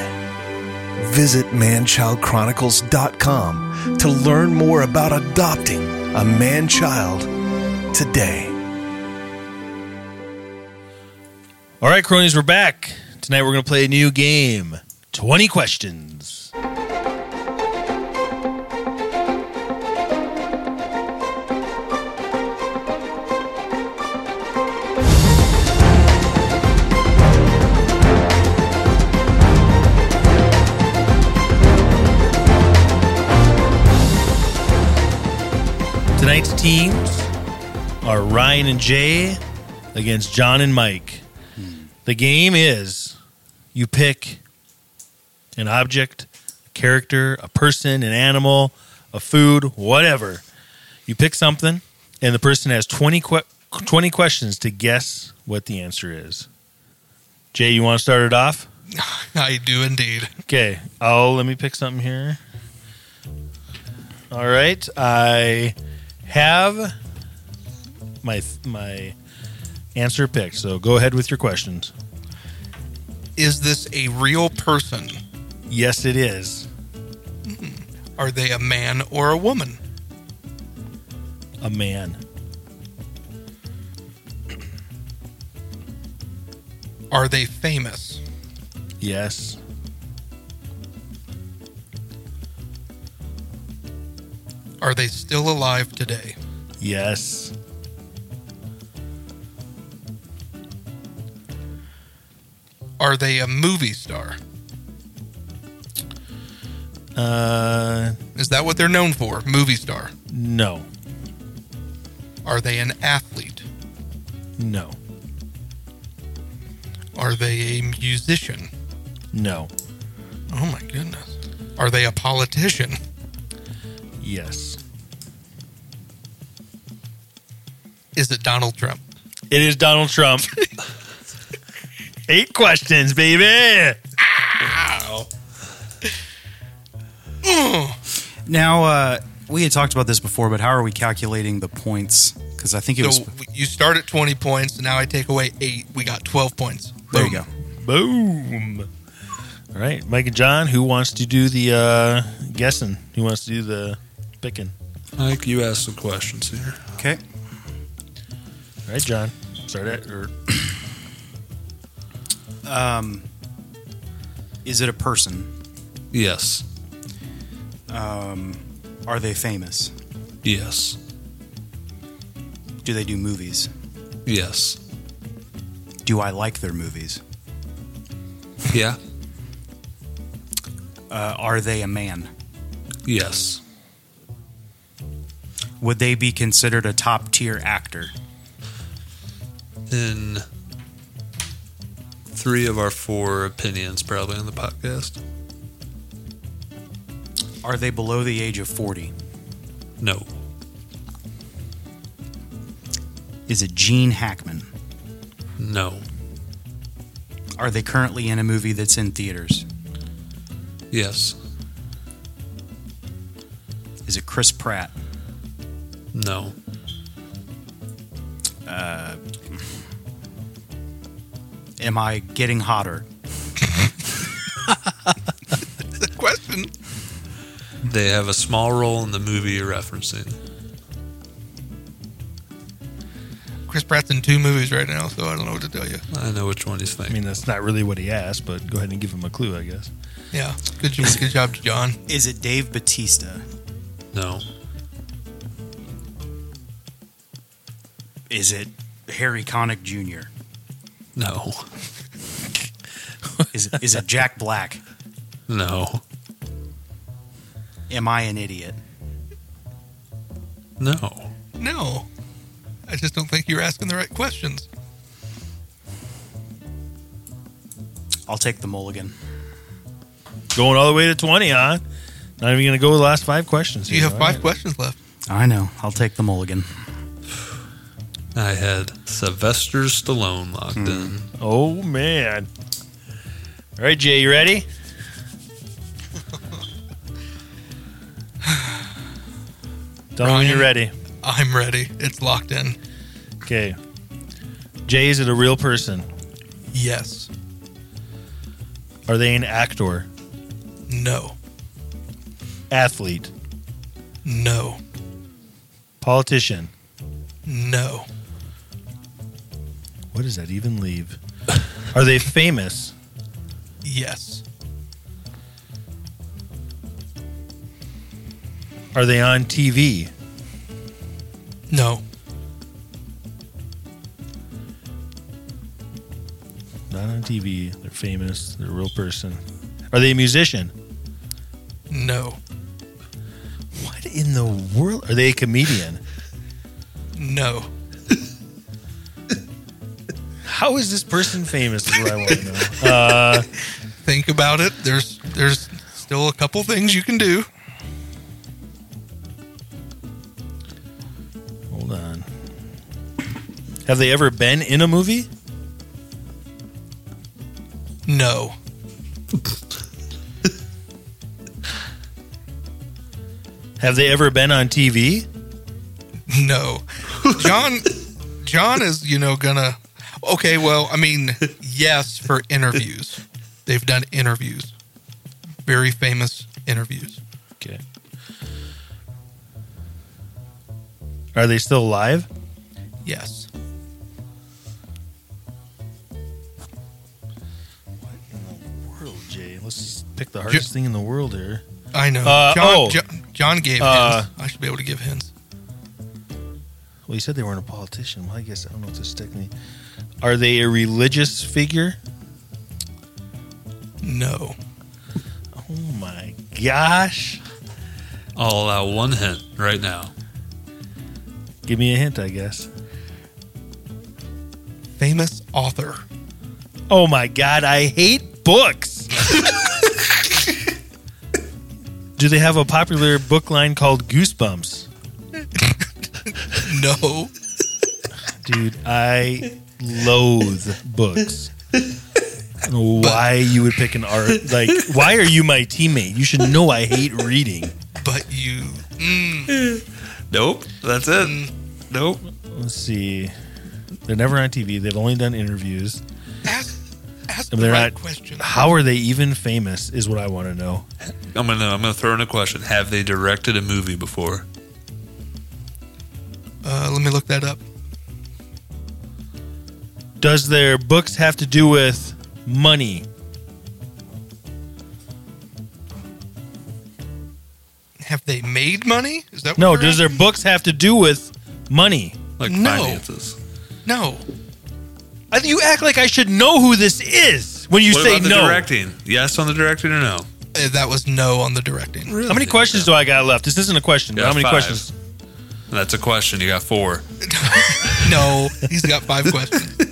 S6: Visit manchildchronicles.com to learn more about adopting a man child today.
S2: All right, cronies, we're back. Tonight we're going to play a new game 20 questions. Tonight's teams are Ryan and Jay against John and Mike. The game is you pick an object, a character, a person, an animal, a food, whatever. You pick something, and the person has 20, que- 20 questions to guess what the answer is. Jay, you want to start it off?
S3: I do indeed.
S2: Okay. Oh, let me pick something here. All right. I have my my answer picked. So go ahead with your questions.
S3: Is this a real person?
S2: Yes, it is
S3: Are they a man or a woman?
S2: a man.
S3: Are they famous?
S2: Yes.
S3: Are they still alive today?
S2: Yes.
S3: Are they a movie star?
S2: Uh,
S3: Is that what they're known for? Movie star.
S2: no.
S3: Are they an athlete?
S2: No.
S3: Are they a musician?
S2: No.
S3: Oh my goodness. Are they a politician?
S2: Yes.
S3: Is it Donald Trump?
S2: It is Donald Trump. Eight questions, baby.
S4: Now, uh, we had talked about this before, but how are we calculating the points? Because I think it was.
S3: So you start at 20 points, now I take away 8. We got 12 points.
S4: There you go.
S3: Boom.
S2: Boom. All right, Mike and John, who wants to do the uh, guessing? Who wants to do the picking?
S5: Mike, you asked some questions here.
S4: Okay.
S2: All right, John. Start at or
S4: Um, is it a person?
S5: Yes.
S4: Um, are they famous?
S5: Yes.
S4: Do they do movies?
S5: Yes.
S4: Do I like their movies?
S5: Yeah.
S4: Uh, are they a man?
S5: Yes.
S4: Would they be considered a top tier actor?
S5: In three of our four opinions, probably on the podcast.
S4: Are they below the age of 40?
S5: No.
S4: Is it Gene Hackman?
S5: No.
S4: Are they currently in a movie that's in theaters?
S5: Yes.
S4: Is it Chris Pratt?
S5: No.
S4: Am I getting hotter?
S3: The question.
S5: They have a small role in the movie you're referencing.
S3: Chris Pratt's in two movies right now, so I don't know what to tell you.
S5: I know which one he's
S2: I
S5: thinking.
S2: mean, that's not really what he asked, but go ahead and give him a clue, I guess.
S3: Yeah. Good job, good job to John.
S4: Is it Dave Batista?
S5: No.
S4: Is it Harry Connick Jr.?
S5: No.
S4: Is it, is it Jack Black?
S5: No.
S4: Am I an idiot?
S5: No.
S3: No. I just don't think you're asking the right questions.
S4: I'll take the mulligan.
S2: Going all the way to twenty, huh? Not even going to go with the last five questions.
S3: You
S2: here.
S3: have
S2: All
S3: five
S2: right.
S3: questions left.
S4: I know. I'll take the mulligan.
S5: I had Sylvester Stallone locked in.
S2: Oh man! All right, Jay, you ready? Tell me when you're ready.
S3: I'm ready. It's locked in.
S2: Okay. Jay, is it a real person?
S3: Yes.
S2: Are they an actor,
S3: No.
S2: athlete,
S3: No.
S2: politician?
S3: No.
S2: What does that even leave? Are they famous?
S3: Yes.
S2: Are they on TV?
S3: No.
S2: Not on TV. They're famous. They're a real person. Are they a musician?
S3: No.
S2: What in the world? Are they a comedian?
S3: No.
S2: How is this person famous? Is what I want to know.
S3: Think about it. There's there's still a couple things you can do.
S2: Hold on. Have they ever been in a movie?
S3: No.
S2: Have they ever been on TV?
S3: No. John John is, you know, gonna Okay, well, I mean, yes for interviews. They've done interviews. Very famous interviews.
S2: Okay. Are they still alive?
S3: Yes.
S2: World, Jay. Let's just pick the hardest thing in the world here.
S3: I know.
S2: Uh,
S3: John,
S2: oh.
S3: John John gave
S2: Uh,
S3: hints. I should be able to give hints.
S2: Well, you said they weren't a politician. Well, I guess I don't know if this is technically. Are they a religious figure?
S3: No.
S2: Oh my gosh!
S5: I'll allow one hint right now.
S2: Give me a hint, I guess.
S3: Famous author.
S2: Oh my god, I hate books. Do they have a popular book line called Goosebumps?
S3: No.
S2: Dude, I loathe books. I don't know why you would pick an art like why are you my teammate? You should know I hate reading.
S3: But you
S5: Nope. That's it. Nope.
S2: Let's see. They're never on TV. They've only done interviews.
S3: ask ask
S2: I mean,
S3: the
S2: they're
S3: right
S2: not-
S3: question.
S2: How are they even famous is what I want to know.
S5: I'm gonna I'm gonna throw in a question. Have they directed a movie before?
S3: Uh, let me look that up.
S2: Does their books have to do with money?
S3: Have they made money? Is that what
S2: No,
S3: you're
S2: does their
S3: asking?
S2: books have to do with money?
S5: Like
S3: No.
S5: finances.
S3: no?
S2: I- You act like I should know who this is when you
S5: what
S2: say
S5: about the
S2: no.
S5: directing? Yes on the directing or no?
S3: Uh, that was no on the directing.
S2: How many questions do I got left? This isn't a question.
S5: Got
S2: How many
S5: five.
S2: questions?
S5: That's a question. You got four.
S3: No, he's got five questions.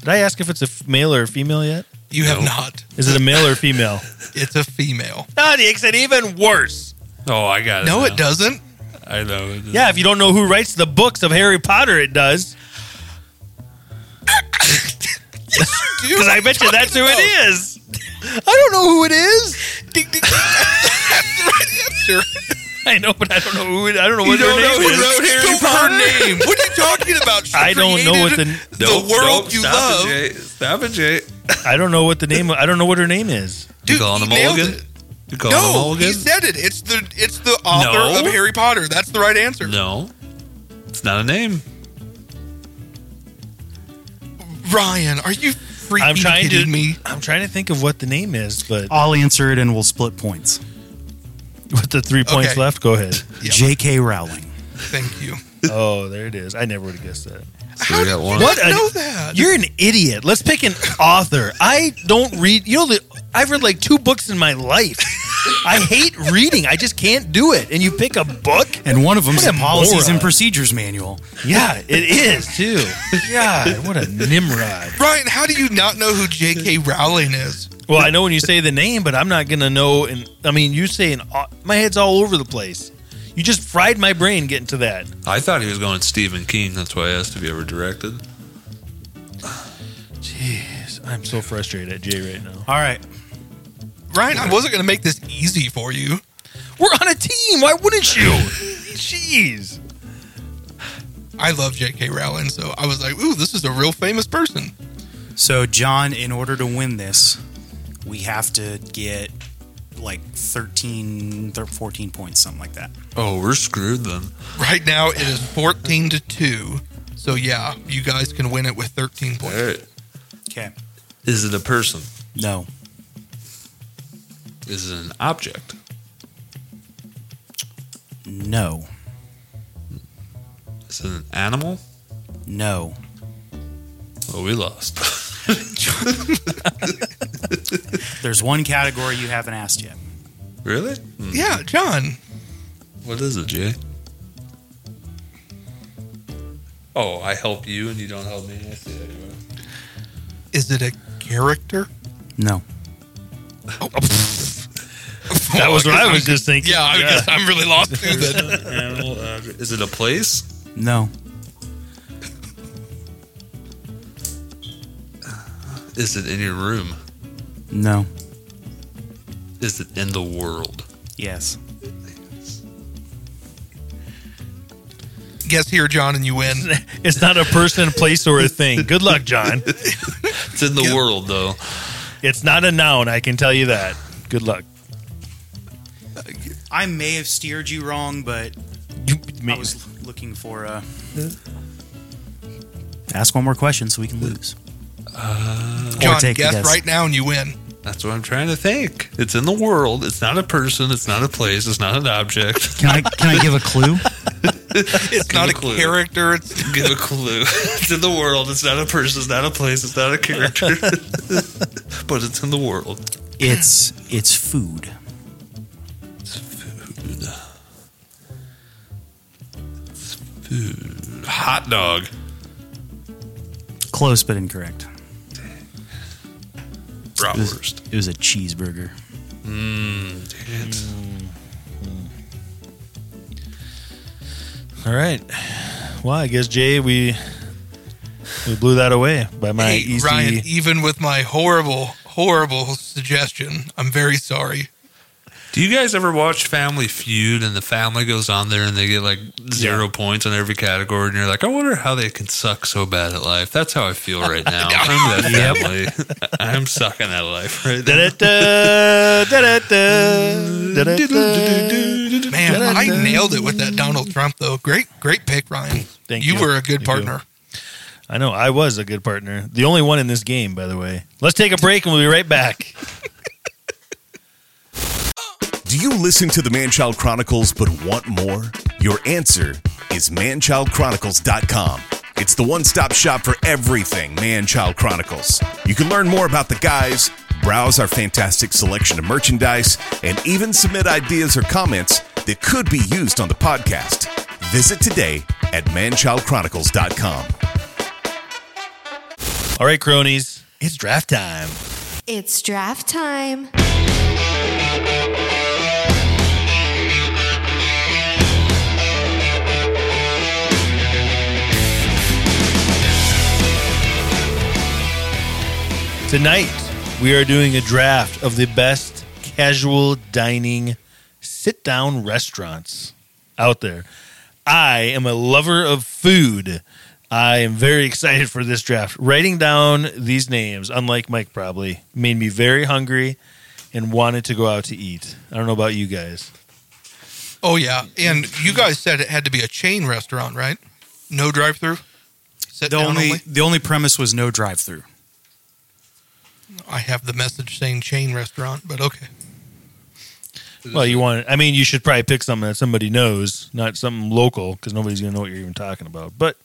S2: Did I ask if it's a f- male or a female yet?
S3: You have
S5: No.
S3: not.
S2: Is it a male or a female?
S3: It's a female.
S2: that makes it even worse.
S5: Oh, I got it.
S3: No,
S5: now.
S3: it doesn't.
S5: I know. It does.
S2: Yeah, if you don't know who writes the books of Harry Potter, it does. Because I bet you that's who it is. I don't know who it is.
S3: Ding, ding, ding. That's the right answer.
S2: I know, but I don't know who. It, I don't know what
S5: You
S2: their
S5: don't know
S2: name
S5: who
S2: is.
S5: wrote Harry
S3: Don't
S5: Potter?
S3: Her name. What are you talking about? She
S2: I don't know what the-
S3: created the
S5: Nope,
S3: world
S5: nope,
S3: you
S5: stop
S3: love.
S5: It, Jay. Stop it, Jay.
S2: I don't know what the name. I don't know what her name is.
S5: You
S3: Dude,
S5: calling
S3: he
S5: him
S3: nailed
S5: Mulligan?
S3: it.
S5: You calling him
S3: No,
S5: Mulligan?
S3: he said it. It's the it's the author
S5: No.
S3: of Harry Potter. That's the right answer.
S5: no. It's not a name.
S3: Ryan, are you freaking
S2: I'm trying
S3: kidding
S2: to.
S3: me?
S2: I'm trying to think of what the name is, but
S4: I'll answer it and we'll split points.
S2: with the three points
S3: Okay.
S2: left, go ahead.
S3: Yeah.
S4: J.K. Rowling.
S3: Thank you.
S2: oh, there it is. I never would have guessed that.
S5: So we got one.
S3: What?
S2: a-
S3: know that.
S2: You're an idiot. Let's pick an author. I don't read. You know, the, I've read like two books in my life. I hate reading. I just can't do it. And you pick a book?
S4: And one of them's
S2: What
S4: the
S2: a
S4: Policies
S2: moron.
S4: and Procedures Manual.
S2: Yeah, it is too. God, what a nimrod.
S3: Ryan, how do you not know who J.K. Rowling is?
S2: Well, I know when you say the name, but I'm not gonna know. And I mean, you say an au- my head's all over the place. You just fried my brain getting to that.
S5: I thought he was going Stephen King. That's why I asked if he ever directed.
S2: Jeez, I'm so frustrated at Jay right now.
S4: All right.
S3: Ryan, I wasn't going to make this easy for you.
S2: We're on a team. Why wouldn't you? Jeez.
S3: I love J.K. Rowling, so I was like, ooh, this is a real famous person.
S4: So, John, in order to win this, we have to get like 13, thir- 14 points, something like that.
S5: Oh, we're screwed then.
S3: Right now, it is 14 to 2. So, yeah, you guys can win it with 13
S5: All
S3: points.
S5: right.
S4: Okay.
S5: Is it a person?
S4: No.
S5: Is it an object?
S4: No.
S5: Is it an animal?
S4: No.
S5: Oh, we lost.
S4: There's one category you haven't asked yet.
S5: really? Hmm.
S3: Yeah, John.
S5: What is it, Jay? Oh, I help you and you don't help me. I see.
S3: Is it a character?
S4: No.
S2: That was what I was just thinking.
S3: Yeah, I guess I'm really lost too. Then.
S5: Animal,
S3: uh,
S5: object. Is it a place?
S4: No.
S5: Is it in your room?
S4: No.
S5: Is it in the world?
S4: Yes.
S3: Guess here, John, and you win.
S2: It's not a person, place, or a thing. Good luck, John.
S5: It's in the world, though.
S2: It's not a noun. I can tell you that. Good luck.
S4: I may have steered you wrong, but
S2: You,
S4: I was looking for uh, a. Hmm. Ask one more question so we can lose.
S3: Uh, John,
S4: take a
S3: guess
S4: guess.
S3: right now, and you win.
S5: That's what I'm trying to think. It's in the world. It's not a person. It's not a place. It's not an object.
S4: Can I can I give a clue?
S3: It's not a
S5: clue.
S3: character. It's
S5: Give a clue. It's in the world. It's not a person. It's not a place. It's not a character. but it's in the world.
S4: It's it's food.
S5: Food. Food. Hot dog.
S4: Close but incorrect. It was,
S5: Bratwurst.
S4: it was a cheeseburger.
S3: Hmm.
S5: Dang it.
S2: all right. Well, I guess Jay, we we blew that away by my
S3: hey,
S2: easy.
S3: Ryan. Even with my horrible, horrible suggestion, I'm very sorry.
S5: Do you guys ever watch Family Feud and the family goes on there and they get like zero points on every category and you're like, I wonder how they can suck so bad at life. That's how I feel right now. I'm that family. I'm sucking at life right now.
S2: Da-da-da, da-da-da, da-da-da.
S3: Man, I nailed it with that Donald Trump though. Great, great pick, Ryan.
S2: Thank
S3: you.
S2: you.
S3: were a good
S2: Thank
S3: partner.
S2: I know. I was a good partner. The only one in this game, by the way. Let's take a break and we'll be right back.
S1: Do you listen to the Manchild Chronicles but want more? Your answer is manchildchronicles.com. It's the one stop shop for everything Manchild Chronicles. You can learn more about the guys, browse our fantastic selection of merchandise, and even submit ideas or comments that could be used on the podcast. Visit today at manchildchronicles.com.
S2: All right, cronies. It's draft time.
S10: It's draft time.
S2: Tonight, we are doing a draft of the best casual dining sit down restaurants out there. I am a lover of food. I am very excited for this draft. Writing down these names, unlike Mike probably, made me very hungry and wanted to go out to eat. I don't know about you guys.
S3: Oh yeah, and you guys said it had to be a chain restaurant, right? No drive-through. Sit
S4: The
S3: down
S4: only,
S3: only.
S4: the only premise was no drive through.
S3: I have the message saying chain restaurant, but okay.
S2: Well, you want, I mean, you should probably pick something that somebody knows, not something local, because nobody's going to know what you're even talking about. But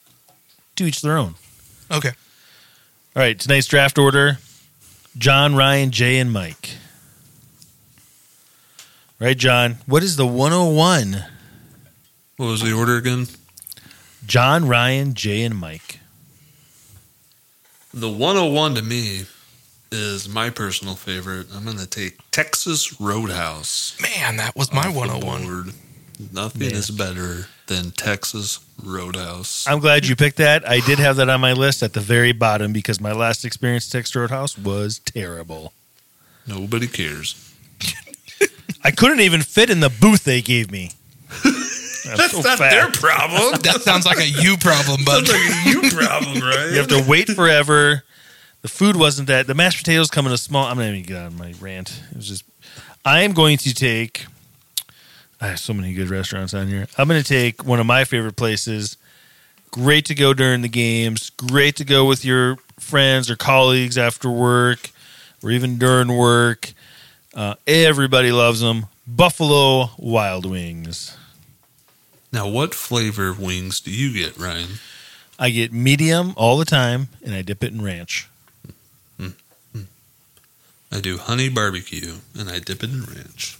S2: to each their own.
S3: Okay.
S2: All right, tonight's draft order: John, Ryan, Jay, and Mike. Right, John. What is the 101?
S5: What was the order again?
S2: John, Ryan, Jay, and Mike.
S5: The 101 to me is my personal favorite. I'm going to take Texas Roadhouse.
S3: Man, that was my
S5: off the
S3: 101.
S5: board. Nothing is better than Texas Roadhouse.
S2: I'm glad you picked that. I did have that on my list at the very bottom because my last experience at Texas Roadhouse was terrible.
S5: Nobody cares.
S2: I couldn't even fit in the booth they gave me. That's
S5: problem.
S3: That sounds like a you problem, bud.
S5: a you problem, right?
S2: You have to wait forever. The food wasn't that. The mashed potatoes come in a small. I'm not even get on my rant. It was just. I am going to take. I have so many good restaurants on here. I'm going to take one of my favorite places. Great to go during the games. Great to go with your friends or colleagues after work, or even during work. Uh, everybody loves them. Buffalo Wild Wings.
S5: Now, what flavor of wings do you get, Ryan?
S2: I get medium all the time, and I dip it in ranch.
S5: I do honey barbecue and I dip it in ranch.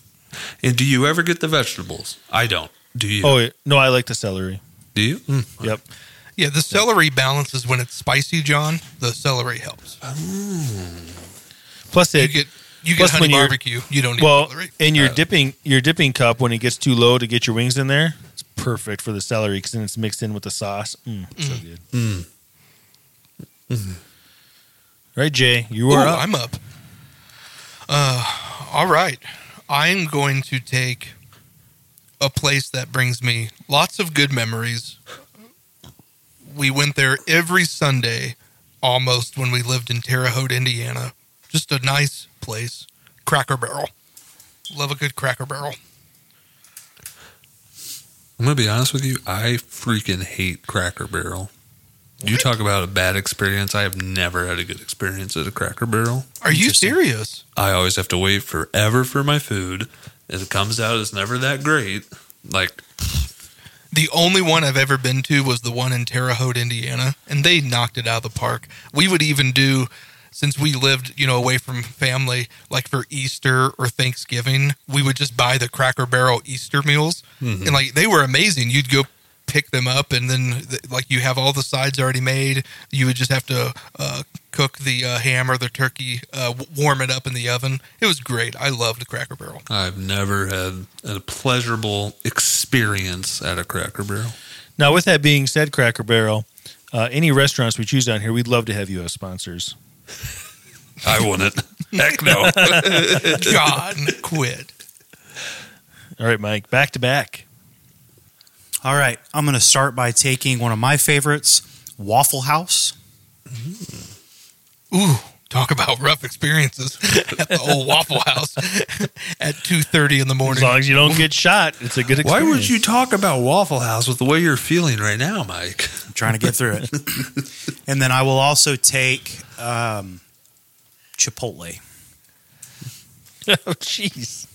S5: And do you ever get the vegetables? I don't. Do you?
S2: Oh yeah. no, I like the celery.
S5: do you? Mm.
S2: Yep.
S3: Yeah, the celery balances when it's spicy, John. The celery helps.
S2: Plus,
S3: You
S2: it
S3: get you get
S2: Plus
S3: honey
S2: when you're-
S3: barbecue. You don't need
S2: well,
S3: celery.
S2: and your
S3: Uh,
S2: dipping your dipping cup when it gets too low to get your wings in there, it's perfect for the celery because then it's mixed in with the sauce. Mm, So good. Mm-hmm. Right, Jay, you
S3: Ooh,
S2: are up.
S3: Oh, I'm up. Uh, all right. I'm going to take a place that brings me lots of good memories. We went there every Sunday almost when we lived in Terre Haute, Indiana. Just a nice place. Cracker Barrel. Love a good Cracker Barrel.
S5: I'm gonna be honest with you. I freaking hate Cracker Barrel. You talk about a bad experience. I have never had a good experience at a Cracker Barrel.
S3: Are you
S4: Interesting.
S3: serious?
S5: I always have to wait forever for my food. As it comes out, it's never that great. Like
S3: The only one I've ever been to was the one in Terre Haute, Indiana, and they knocked it out of the park. We would even do, since we lived, you know, away from family, like for Easter or Thanksgiving, we would just buy the Cracker Barrel Easter meals, and like they were amazing. You'd go pick them up, and then th- like you have all the sides already made. You would just have to uh, cook the uh, ham or the turkey, uh, w- warm it up in the oven. It was great. I loved Cracker Barrel.
S5: I've never had a pleasurable experience at a Cracker Barrel.
S2: Now, with that being said, Cracker Barrel, uh, any restaurants we choose down here, we'd love to have you as sponsors.
S5: I wouldn't. Heck no.
S3: John quit.
S2: All right, Mike, back to back.
S4: All right, I'm going to start by taking one of my favorites, Waffle House.
S3: Ooh, talk about rough experiences at the old Waffle House at two thirty in the
S2: As
S3: morning.
S2: long as you don't get shot, it's a good experience.
S5: Why would you talk about Waffle House with the way you're feeling right now, Mike?
S4: I'm trying to get through it. and then I will also take um, Chipotle.
S2: oh, jeez.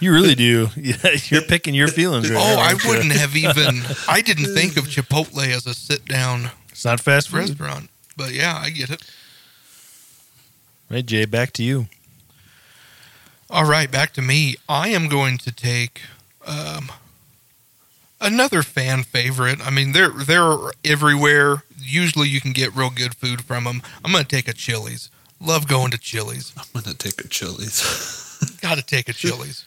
S2: You really do. Yeah, you're picking your feelings. Right
S3: oh,
S2: now,
S3: I
S2: aren't you?
S3: wouldn't have even. I didn't think of Chipotle as a sit-down
S2: It's not fast food,
S3: restaurant, but yeah, I get it.
S2: right, Jay? Back to you.
S3: All right, back to me. I am going to take um, another fan favorite. I mean, they're they're everywhere. Usually, you can get real good food from them. I'm going to take a Chili's. Love going to Chili's.
S5: I'm gonna take a Chili's.
S3: Got to take a Chili's.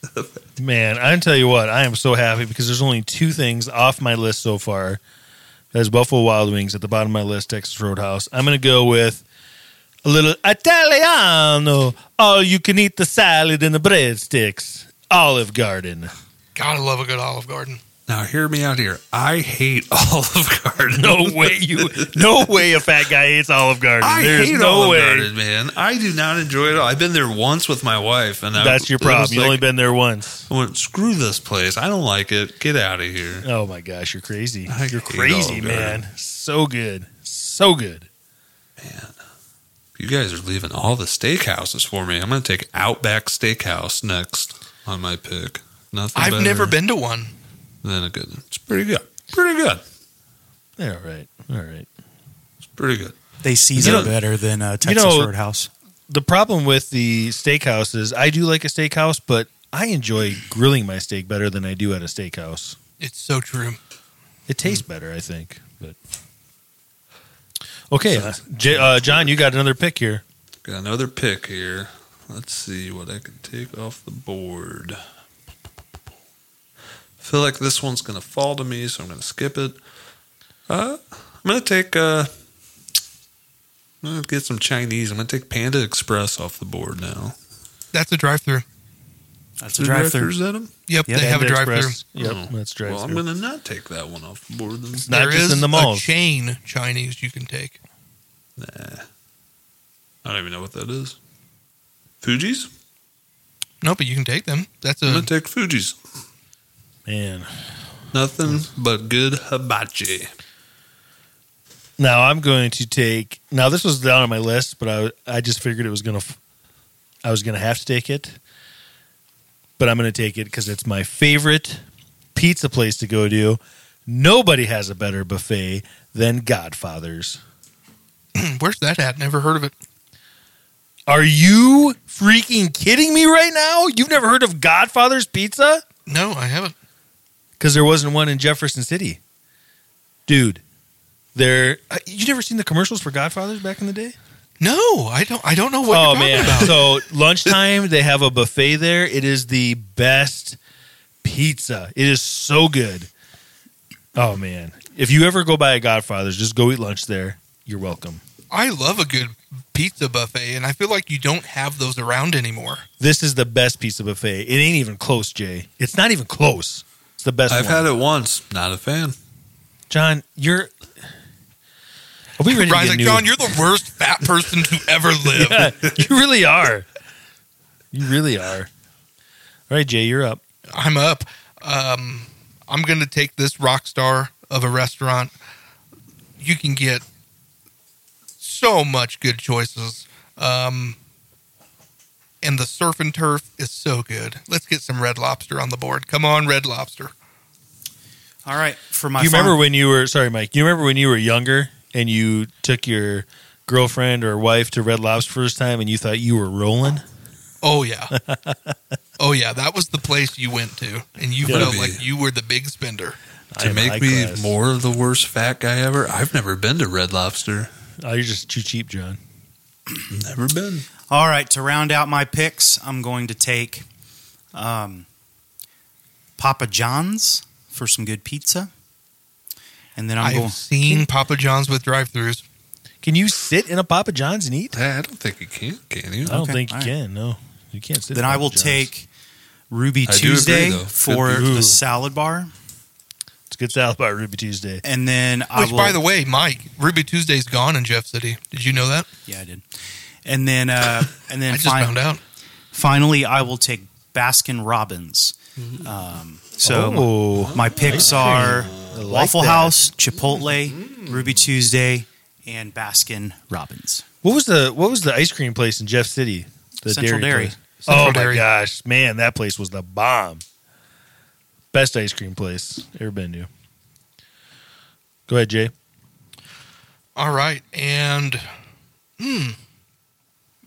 S2: Man, I tell you what, I am so happy because there's only two things off my list so far. That's Buffalo Wild Wings at the bottom of my list, Texas Roadhouse. I'm going to go with a little Italiano, all you can eat the salad and the breadsticks, Olive Garden.
S3: Gotta love a good Olive Garden.
S5: Now hear me out here. I hate Olive Garden.
S2: No way you, no way a fat guy hates Olive Garden.
S5: I
S2: There's
S5: hate
S2: no
S5: Olive
S2: way.
S5: Garden, man. I do not enjoy it. All. I've been there once with my wife, and I-
S2: That's your
S5: it was
S2: problem. You've
S5: like,
S2: only been there once.
S5: I went, screw this place. I don't like it. Get out of here.
S2: Oh my gosh, you're crazy.
S5: I
S2: You're
S5: hate
S2: crazy,
S5: Olive
S2: man. So good. So good.
S5: You guys are leaving all the steakhouses for me. I'm gonna take Outback Steakhouse next on my pick. Nothing.
S3: I've
S5: better
S3: never been to one.
S5: than a good. one. It's pretty good. Pretty good.
S2: All right. All right.
S5: It's pretty good.
S4: They season
S2: You know-
S4: better than uh, Texas
S2: know-
S4: Roadhouse.
S2: the problem with the steakhouse is I do like a steakhouse, but I enjoy grilling my steak better than I do at a steakhouse.
S3: It's so true.
S2: It tastes
S3: Hmm.
S2: better, I think. But okay, uh, J- uh, John, you got another pick here.
S5: Got another pick here. Let's see what I can take off the board. feel like this one's going to fall to me, so I'm going to skip it. Uh, I'm going to take. Uh, I'm gonna get some Chinese. I'm gonna take Panda Express off the board now.
S3: That's a drive-through.
S4: That's a drive through.
S5: Is at them?
S3: Yep,
S4: Yep.
S3: they have a
S2: Panda
S3: drive-through.
S2: Express. Yep, that's drive
S5: Oh. Well, I'm gonna not take that one off the board. Then.
S2: Not
S3: There
S2: just
S3: is
S2: in the
S3: A
S2: malls.
S3: chain Chinese you can take.
S5: Nah. I don't even know what that is. Fuji's?
S3: No, but you can take them. That's
S4: Uh.
S5: I'm
S3: a
S5: gonna take Fuji's.
S2: Man.
S5: Nothing but good hibachi.
S2: Now I'm going to take. Now this was down on my list, but I I just figured it was gonna. f- I was gonna have to take it, but I'm gonna take it because it's my favorite pizza place to go to. Nobody has a better buffet than Godfather's.
S3: where's that at? Never heard of it.
S2: Are you freaking kidding me right now? You've never heard of Godfather's Pizza?
S3: No, I haven't.
S2: Because there wasn't one in Jefferson City, dude. There, uh, you never seen the commercials for Godfather's back in the day?
S3: No, I don't. I don't know what
S2: oh
S3: you're talking
S2: man!
S3: about.
S2: So lunchtime they have a buffet there. It is the best pizza. It is so good. Oh man! If you ever go by a Godfather's, just go eat lunch there. You're welcome.
S3: I love a good pizza buffet, and I feel like you don't have those around anymore.
S2: This is the best pizza buffet. It ain't even close, Jay. It's not even close. It's the best.
S5: I've
S2: one.
S5: had it once. Not a fan.
S2: John. You're. Are we ready to get
S3: Brian's like,
S2: new?
S3: John, you're the worst fat person to ever live.
S2: you really are. You really are. All right, Jay, you're up.
S3: I'm up. Um, I'm going to take this rock star of a restaurant. You can get so much good choices. Um, and the surf and turf is so good. Let's get some red lobster on the board. Come on, red lobster.
S4: All right, for my
S2: you
S4: farm-
S2: remember when you were sorry, Mike? You remember when you were younger and you took your girlfriend or wife to Red Lobster first time, and you thought you were rolling?
S3: Oh, yeah. oh, yeah. That was the place you went to, and you
S5: Gotta
S3: felt
S5: be.
S3: like you were the big spender.
S2: I
S5: To
S2: am
S5: make
S2: high
S5: me
S2: class.
S5: more of the worst fat guy ever, I've never been to Red Lobster.
S2: Oh, you're just too cheap, John.
S5: Never been.
S4: All right, to round out my picks, I'm going to take um, Papa John's for some good pizza, and then I'm
S3: I've
S4: going.
S3: seen Papa John's with drive-throughs.
S2: Can you sit in a Papa John's and eat?
S5: Hey, I don't think you can. Can you?
S2: I don't
S4: Okay,
S2: think you
S4: all right.
S2: can. No, you can't sit. in
S4: Then I
S2: Papa
S4: will
S2: John's.
S4: take Ruby
S5: I do agree,
S4: Tuesday
S5: though. Good
S4: for
S5: pizza.
S4: the salad bar,
S2: It's a good salad bar Ruby Tuesday.
S4: and then I
S3: Which,
S4: will.
S3: by the way, Mike, Ruby Tuesday's gone in Jeff City. Did you know that?
S4: yeah, I did. And then uh, and then
S3: I just
S4: fin-
S3: found out.
S4: finally, I will take Baskin Robbins.
S3: Mm-hmm.
S4: Um, so
S2: oh,
S4: My picks are
S2: like
S4: Waffle
S2: that.
S4: House, Chipotle,
S3: Mm-hmm.
S4: Ruby Tuesday, and Baskin Robbins.
S2: what was the what was the ice cream place in Jeff City? The
S4: Central Dairy.
S2: place.
S3: Central
S2: oh my
S3: Dairy.
S2: gosh, man, that place was the bomb. Best ice cream place ever been to. Go ahead, Jay.
S3: All right, and hmm,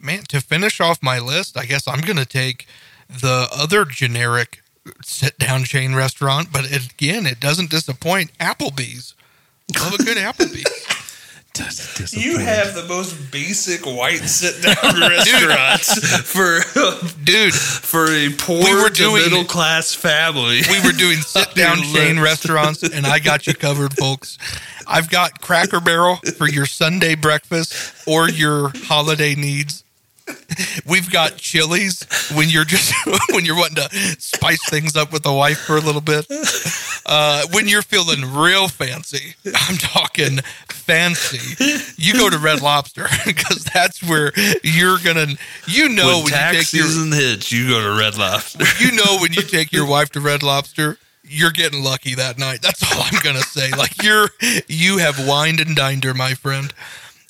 S3: man, to finish off my list, I guess I'm going to take the other generic sit-down chain restaurant, but it- again, it doesn't disappoint. Applebee's. Love a good Applebee's.
S5: You have the most basic white sit down restaurants for
S3: Dude,
S5: for a poor
S3: We were
S5: to
S3: doing-
S5: middle class family.
S3: we were doing sit-down
S5: Your
S3: chain
S5: list.
S3: restaurants, and I got you covered, folks. I've got Cracker Barrel for your Sunday breakfast or your holiday needs. We've got Chili's when you're just when you're wanting to spice things up with the wife for a little bit. Uh, when you're feeling real fancy, I'm talking fancy. You go to Red Lobster because that's where you're gonna. You know
S5: when
S3: when, you
S5: tax
S3: take your
S5: season hits, you go to Red Lobster.
S3: you know when you take your wife to Red Lobster, you're getting lucky that night. That's all I'm gonna say. Like you're you have wined and dined her, my friend.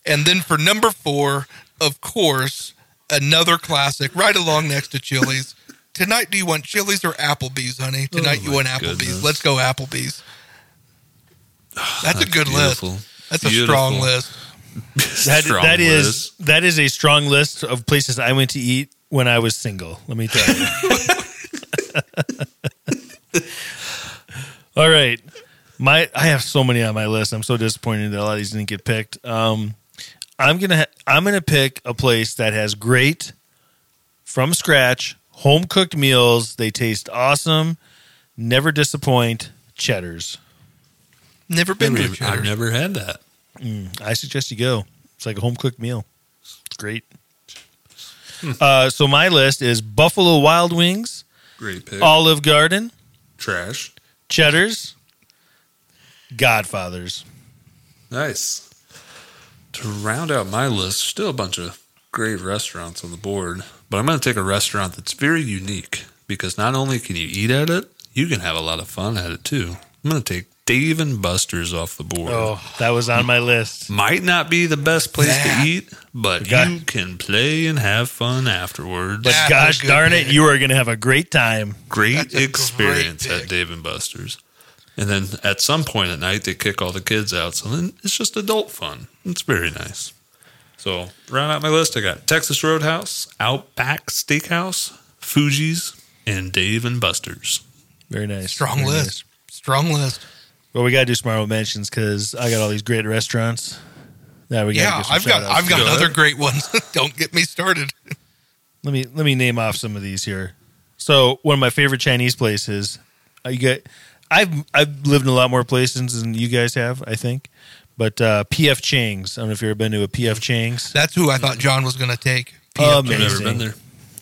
S3: And then for number four, of course, another classic right along next to Chili's. Tonight, do you want Chili's or Applebee's, honey? Tonight, you want Applebee's.
S5: Oh goodness. Ah,
S3: Let's go Applebee's. That's, a good list. That's a strong list.
S5: list.
S2: That, that is that is a strong list of places I went to eat when I was single. Let me tell you. All right, my I have so many on my list. I'm so disappointed that a lot of these didn't get picked. Um, I'm gonna ha- I'm gonna pick a place that has great from scratch home cooked meals. They taste awesome. Never disappoint Cheddar's.
S3: Never been to a
S5: Never-
S3: cheddar.
S5: I've never had that.
S2: Mm, I suggest you go. It's like a home cooked meal. It's great.
S3: Hmm.
S2: Uh, so my list is Buffalo Wild Wings,
S5: Great pick.
S2: Olive Garden,
S5: Trash.
S2: Cheddar's, Godfather's.
S5: Nice. To round out my list, still a bunch of great restaurants on the board, but I'm going to take a restaurant that's very unique because not only can you eat at it, you can have a lot of fun at it too. I'm going to take Dave and Buster's off the board.
S2: Oh, that was on my list.
S5: Might not be the best place
S3: That-
S5: to eat, but
S2: Okay.
S5: you can play and have fun afterwards.
S2: But
S3: That's
S2: gosh
S3: a good
S2: darn it,
S3: pick.
S2: you are going to have a great time.
S5: great
S3: That's a
S5: experience
S3: great pick.
S5: at Dave and Buster's. And then at some point at night, they kick all the kids out. So then it's just adult fun. It's very nice. So round out my list, I got Texas Roadhouse, Outback Steakhouse, Fuji's, and Dave and Buster's.
S2: Very nice.
S3: Strong
S2: Very
S3: list.
S2: nice.
S3: Strong list.
S2: Well, we got to do some honorable mentions because I got all these great restaurants. Now we
S3: Yeah,
S2: got.
S3: I've got I've got
S5: Go
S3: other
S5: ahead.
S3: great ones. Don't get me started.
S2: Let me let me name off some of these here. So one of my favorite Chinese places. uh, You get. I've I've lived in a lot more places than you guys have, I think. But uh, PF Chang's. I don't know if you've ever been to a PF Chang's.
S3: That's who I thought John was going to take.
S5: I've never
S2: Amazing.
S5: been there.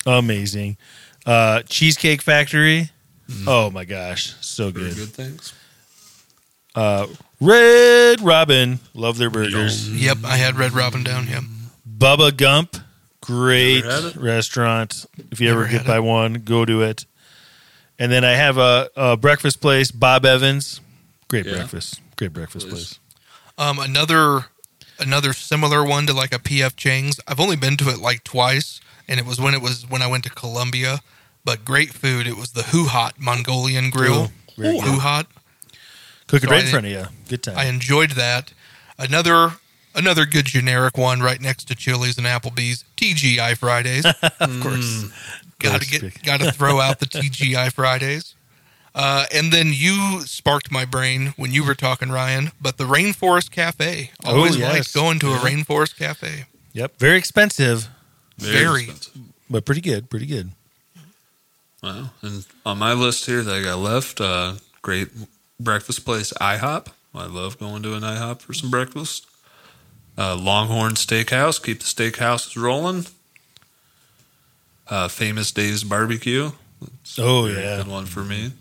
S2: Amazing. Uh, Cheesecake Factory. Oh my gosh, so
S5: Very
S2: good.
S5: good things.
S2: Red Robin. Love their burgers.
S3: Yep, I had Red Robin down him.
S2: Bubba Gump, great
S5: Never had it.
S2: restaurant. If you ever
S3: Never
S2: get
S3: had
S2: by one, go to it. And then I have a, a breakfast place, Bob Evans. Great
S5: Yeah.
S2: breakfast. Great breakfast place.
S5: Place.
S3: Um, another another similar one to like a PF Chang's. I've only been to it like twice, and it was when it was when I went to Colombia. But great food. It was the Hoo Hot Mongolian Grill.
S2: very
S3: Hoo Hot.
S2: Cook it
S3: So
S2: right
S3: I-
S2: in front of you. Good time.
S3: I enjoyed that. Another another good generic one right next to Chili's and Applebee's. TGI Fridays, of course. Got to get got to throw out the TGI Fridays. Uh, and then you sparked my brain when you were talking, Ryan. But the Rainforest Cafe.
S2: Oh,
S3: Always
S2: yes.
S3: liked going to a Rainforest Cafe.
S2: yep. Very expensive,
S3: Very.
S5: expensive.
S2: but pretty good. Pretty good.
S5: Wow. And on my list here that I got left, uh, great breakfast place, IHOP. I love going to an IHOP for some breakfast. Uh, Longhorn Steakhouse, keep the steakhouses rolling. Uh, Famous Dave's Barbecue. It's a
S2: Oh,
S5: very
S2: yeah.
S5: good one for me.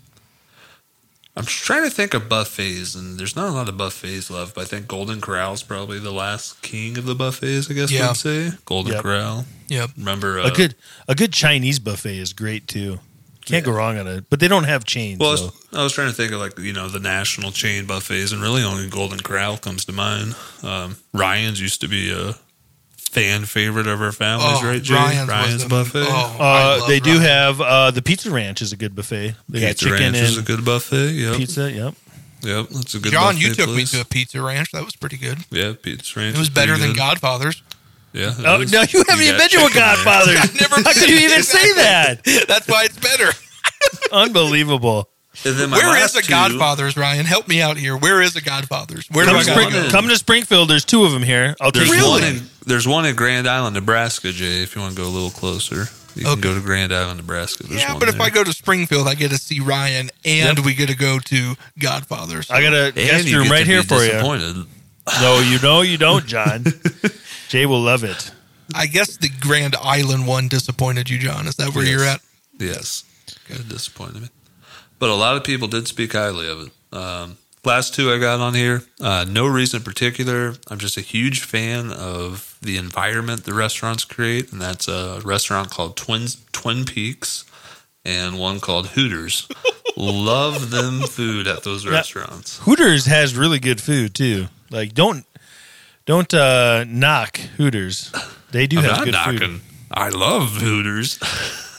S5: I'm just trying to think of buffets, and there's not a lot of buffets left, but I think Golden Corral's probably the last king of the buffets, I guess
S3: Yeah.
S5: you'd say. Golden
S2: Yep.
S5: Corral.
S3: Yep.
S5: Remember uh,
S2: a good a good Chinese buffet is great too. Can't go wrong on it. But they don't have chains.
S5: Well, I
S2: so.
S5: was, I was trying to think of like you know the national chain buffets, and really only Golden Corral comes to mind. Um, Ryan's used to be a fan favorite of our families,
S3: Oh,
S5: right? Jay?
S3: Ryan's was
S5: Ryan's,
S3: the-
S5: buffet.
S3: oh, I
S2: Uh,
S3: love
S2: they do
S3: Ryan.
S2: have uh, the Pizza Ranch is a good buffet. They
S5: Pizza
S2: got chicken
S5: Ranch is a
S2: and
S5: good buffet. Yep,
S2: pizza. Yep.
S5: yep, that's a good.
S3: John,
S5: buffet
S3: you took
S5: place.
S3: me to a pizza ranch. That was pretty good.
S5: yeah, Pizza Ranch.
S3: It was
S5: is
S3: better
S5: pretty
S3: than
S5: good.
S3: Godfather's.
S5: Yeah. it
S2: Oh
S5: is.
S2: no, you haven't even
S5: got
S2: been to a
S5: chicken there.
S2: Godfather.
S3: Never
S2: How could you even say that?
S3: That's why it's better.
S2: Unbelievable.
S5: And then my
S3: Where is
S5: last
S3: a
S5: two-
S3: Godfather's, Ryan? Help me out here. Where is a Godfather's? Where do
S2: Come
S3: I
S2: to,
S3: gotta
S2: Spring-
S3: go?
S5: Springfield.
S2: come to Springfield. There's two of them here. I'll take
S5: There's one
S2: one.
S5: in there's one in Grand Island, Nebraska, Jay. If you want to go a little closer, you
S3: Okay.
S5: can go to Grand Island, Nebraska. There's
S3: Yeah,
S5: one
S3: but if
S5: there.
S3: I go to Springfield, I get to see Ryan, and
S2: Yep.
S3: we get to go to Godfather's.
S2: I got a
S5: and
S2: guest
S5: you
S2: room
S5: get
S2: right
S5: to
S2: here
S5: be
S2: for you.
S5: disappointed. you.
S2: No, you know you don't, John. Jay will love it.
S3: I guess the Grand Island one disappointed you, John. Is that where
S5: Yes.
S3: you're at?
S5: Yes. It disappointed me. But a lot of people did speak highly of it. Um, last two I got on here, uh, no reason in particular. I'm just a huge fan of the environment the restaurants create, and that's a restaurant called Twins Twin Peaks and one called Hooters. Love them food at those restaurants.
S2: Hooters has really good food too. Like don't don't uh, knock Hooters. They do
S5: I'm
S2: have
S5: not
S2: good
S5: knocking.
S2: food.
S5: I love Hooters.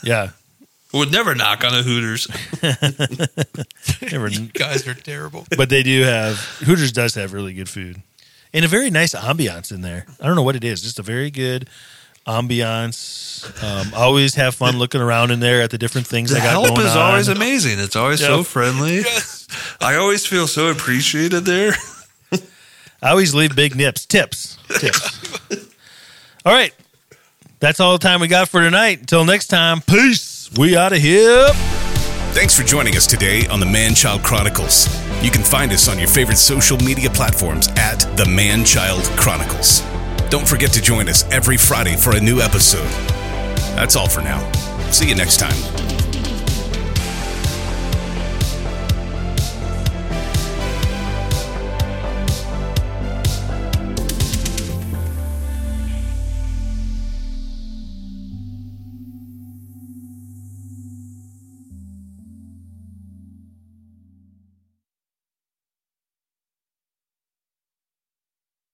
S2: Yeah.
S5: Would never knock on a Hooters.
S2: Never
S3: You guys are terrible.
S2: but they do have Hooters does have really good food and a very nice ambiance in there. I don't know what it is, just a very good ambiance. Um, always have fun looking around in there at the different things
S5: The
S2: I got
S5: help
S2: going
S5: is
S2: on.
S5: always amazing. It's always so
S2: Yep.
S5: friendly. I always feel so appreciated there.
S2: I always leave big nips, tips, tips. all right, that's all the time we got for tonight. Until next time, peace. We out of here.
S1: Thanks for joining us today on the Man Child Chronicles. You can find us on your favorite social media platforms at the Man Child Chronicles. Don't forget to join us every Friday for a new episode. That's all for now. See you next time.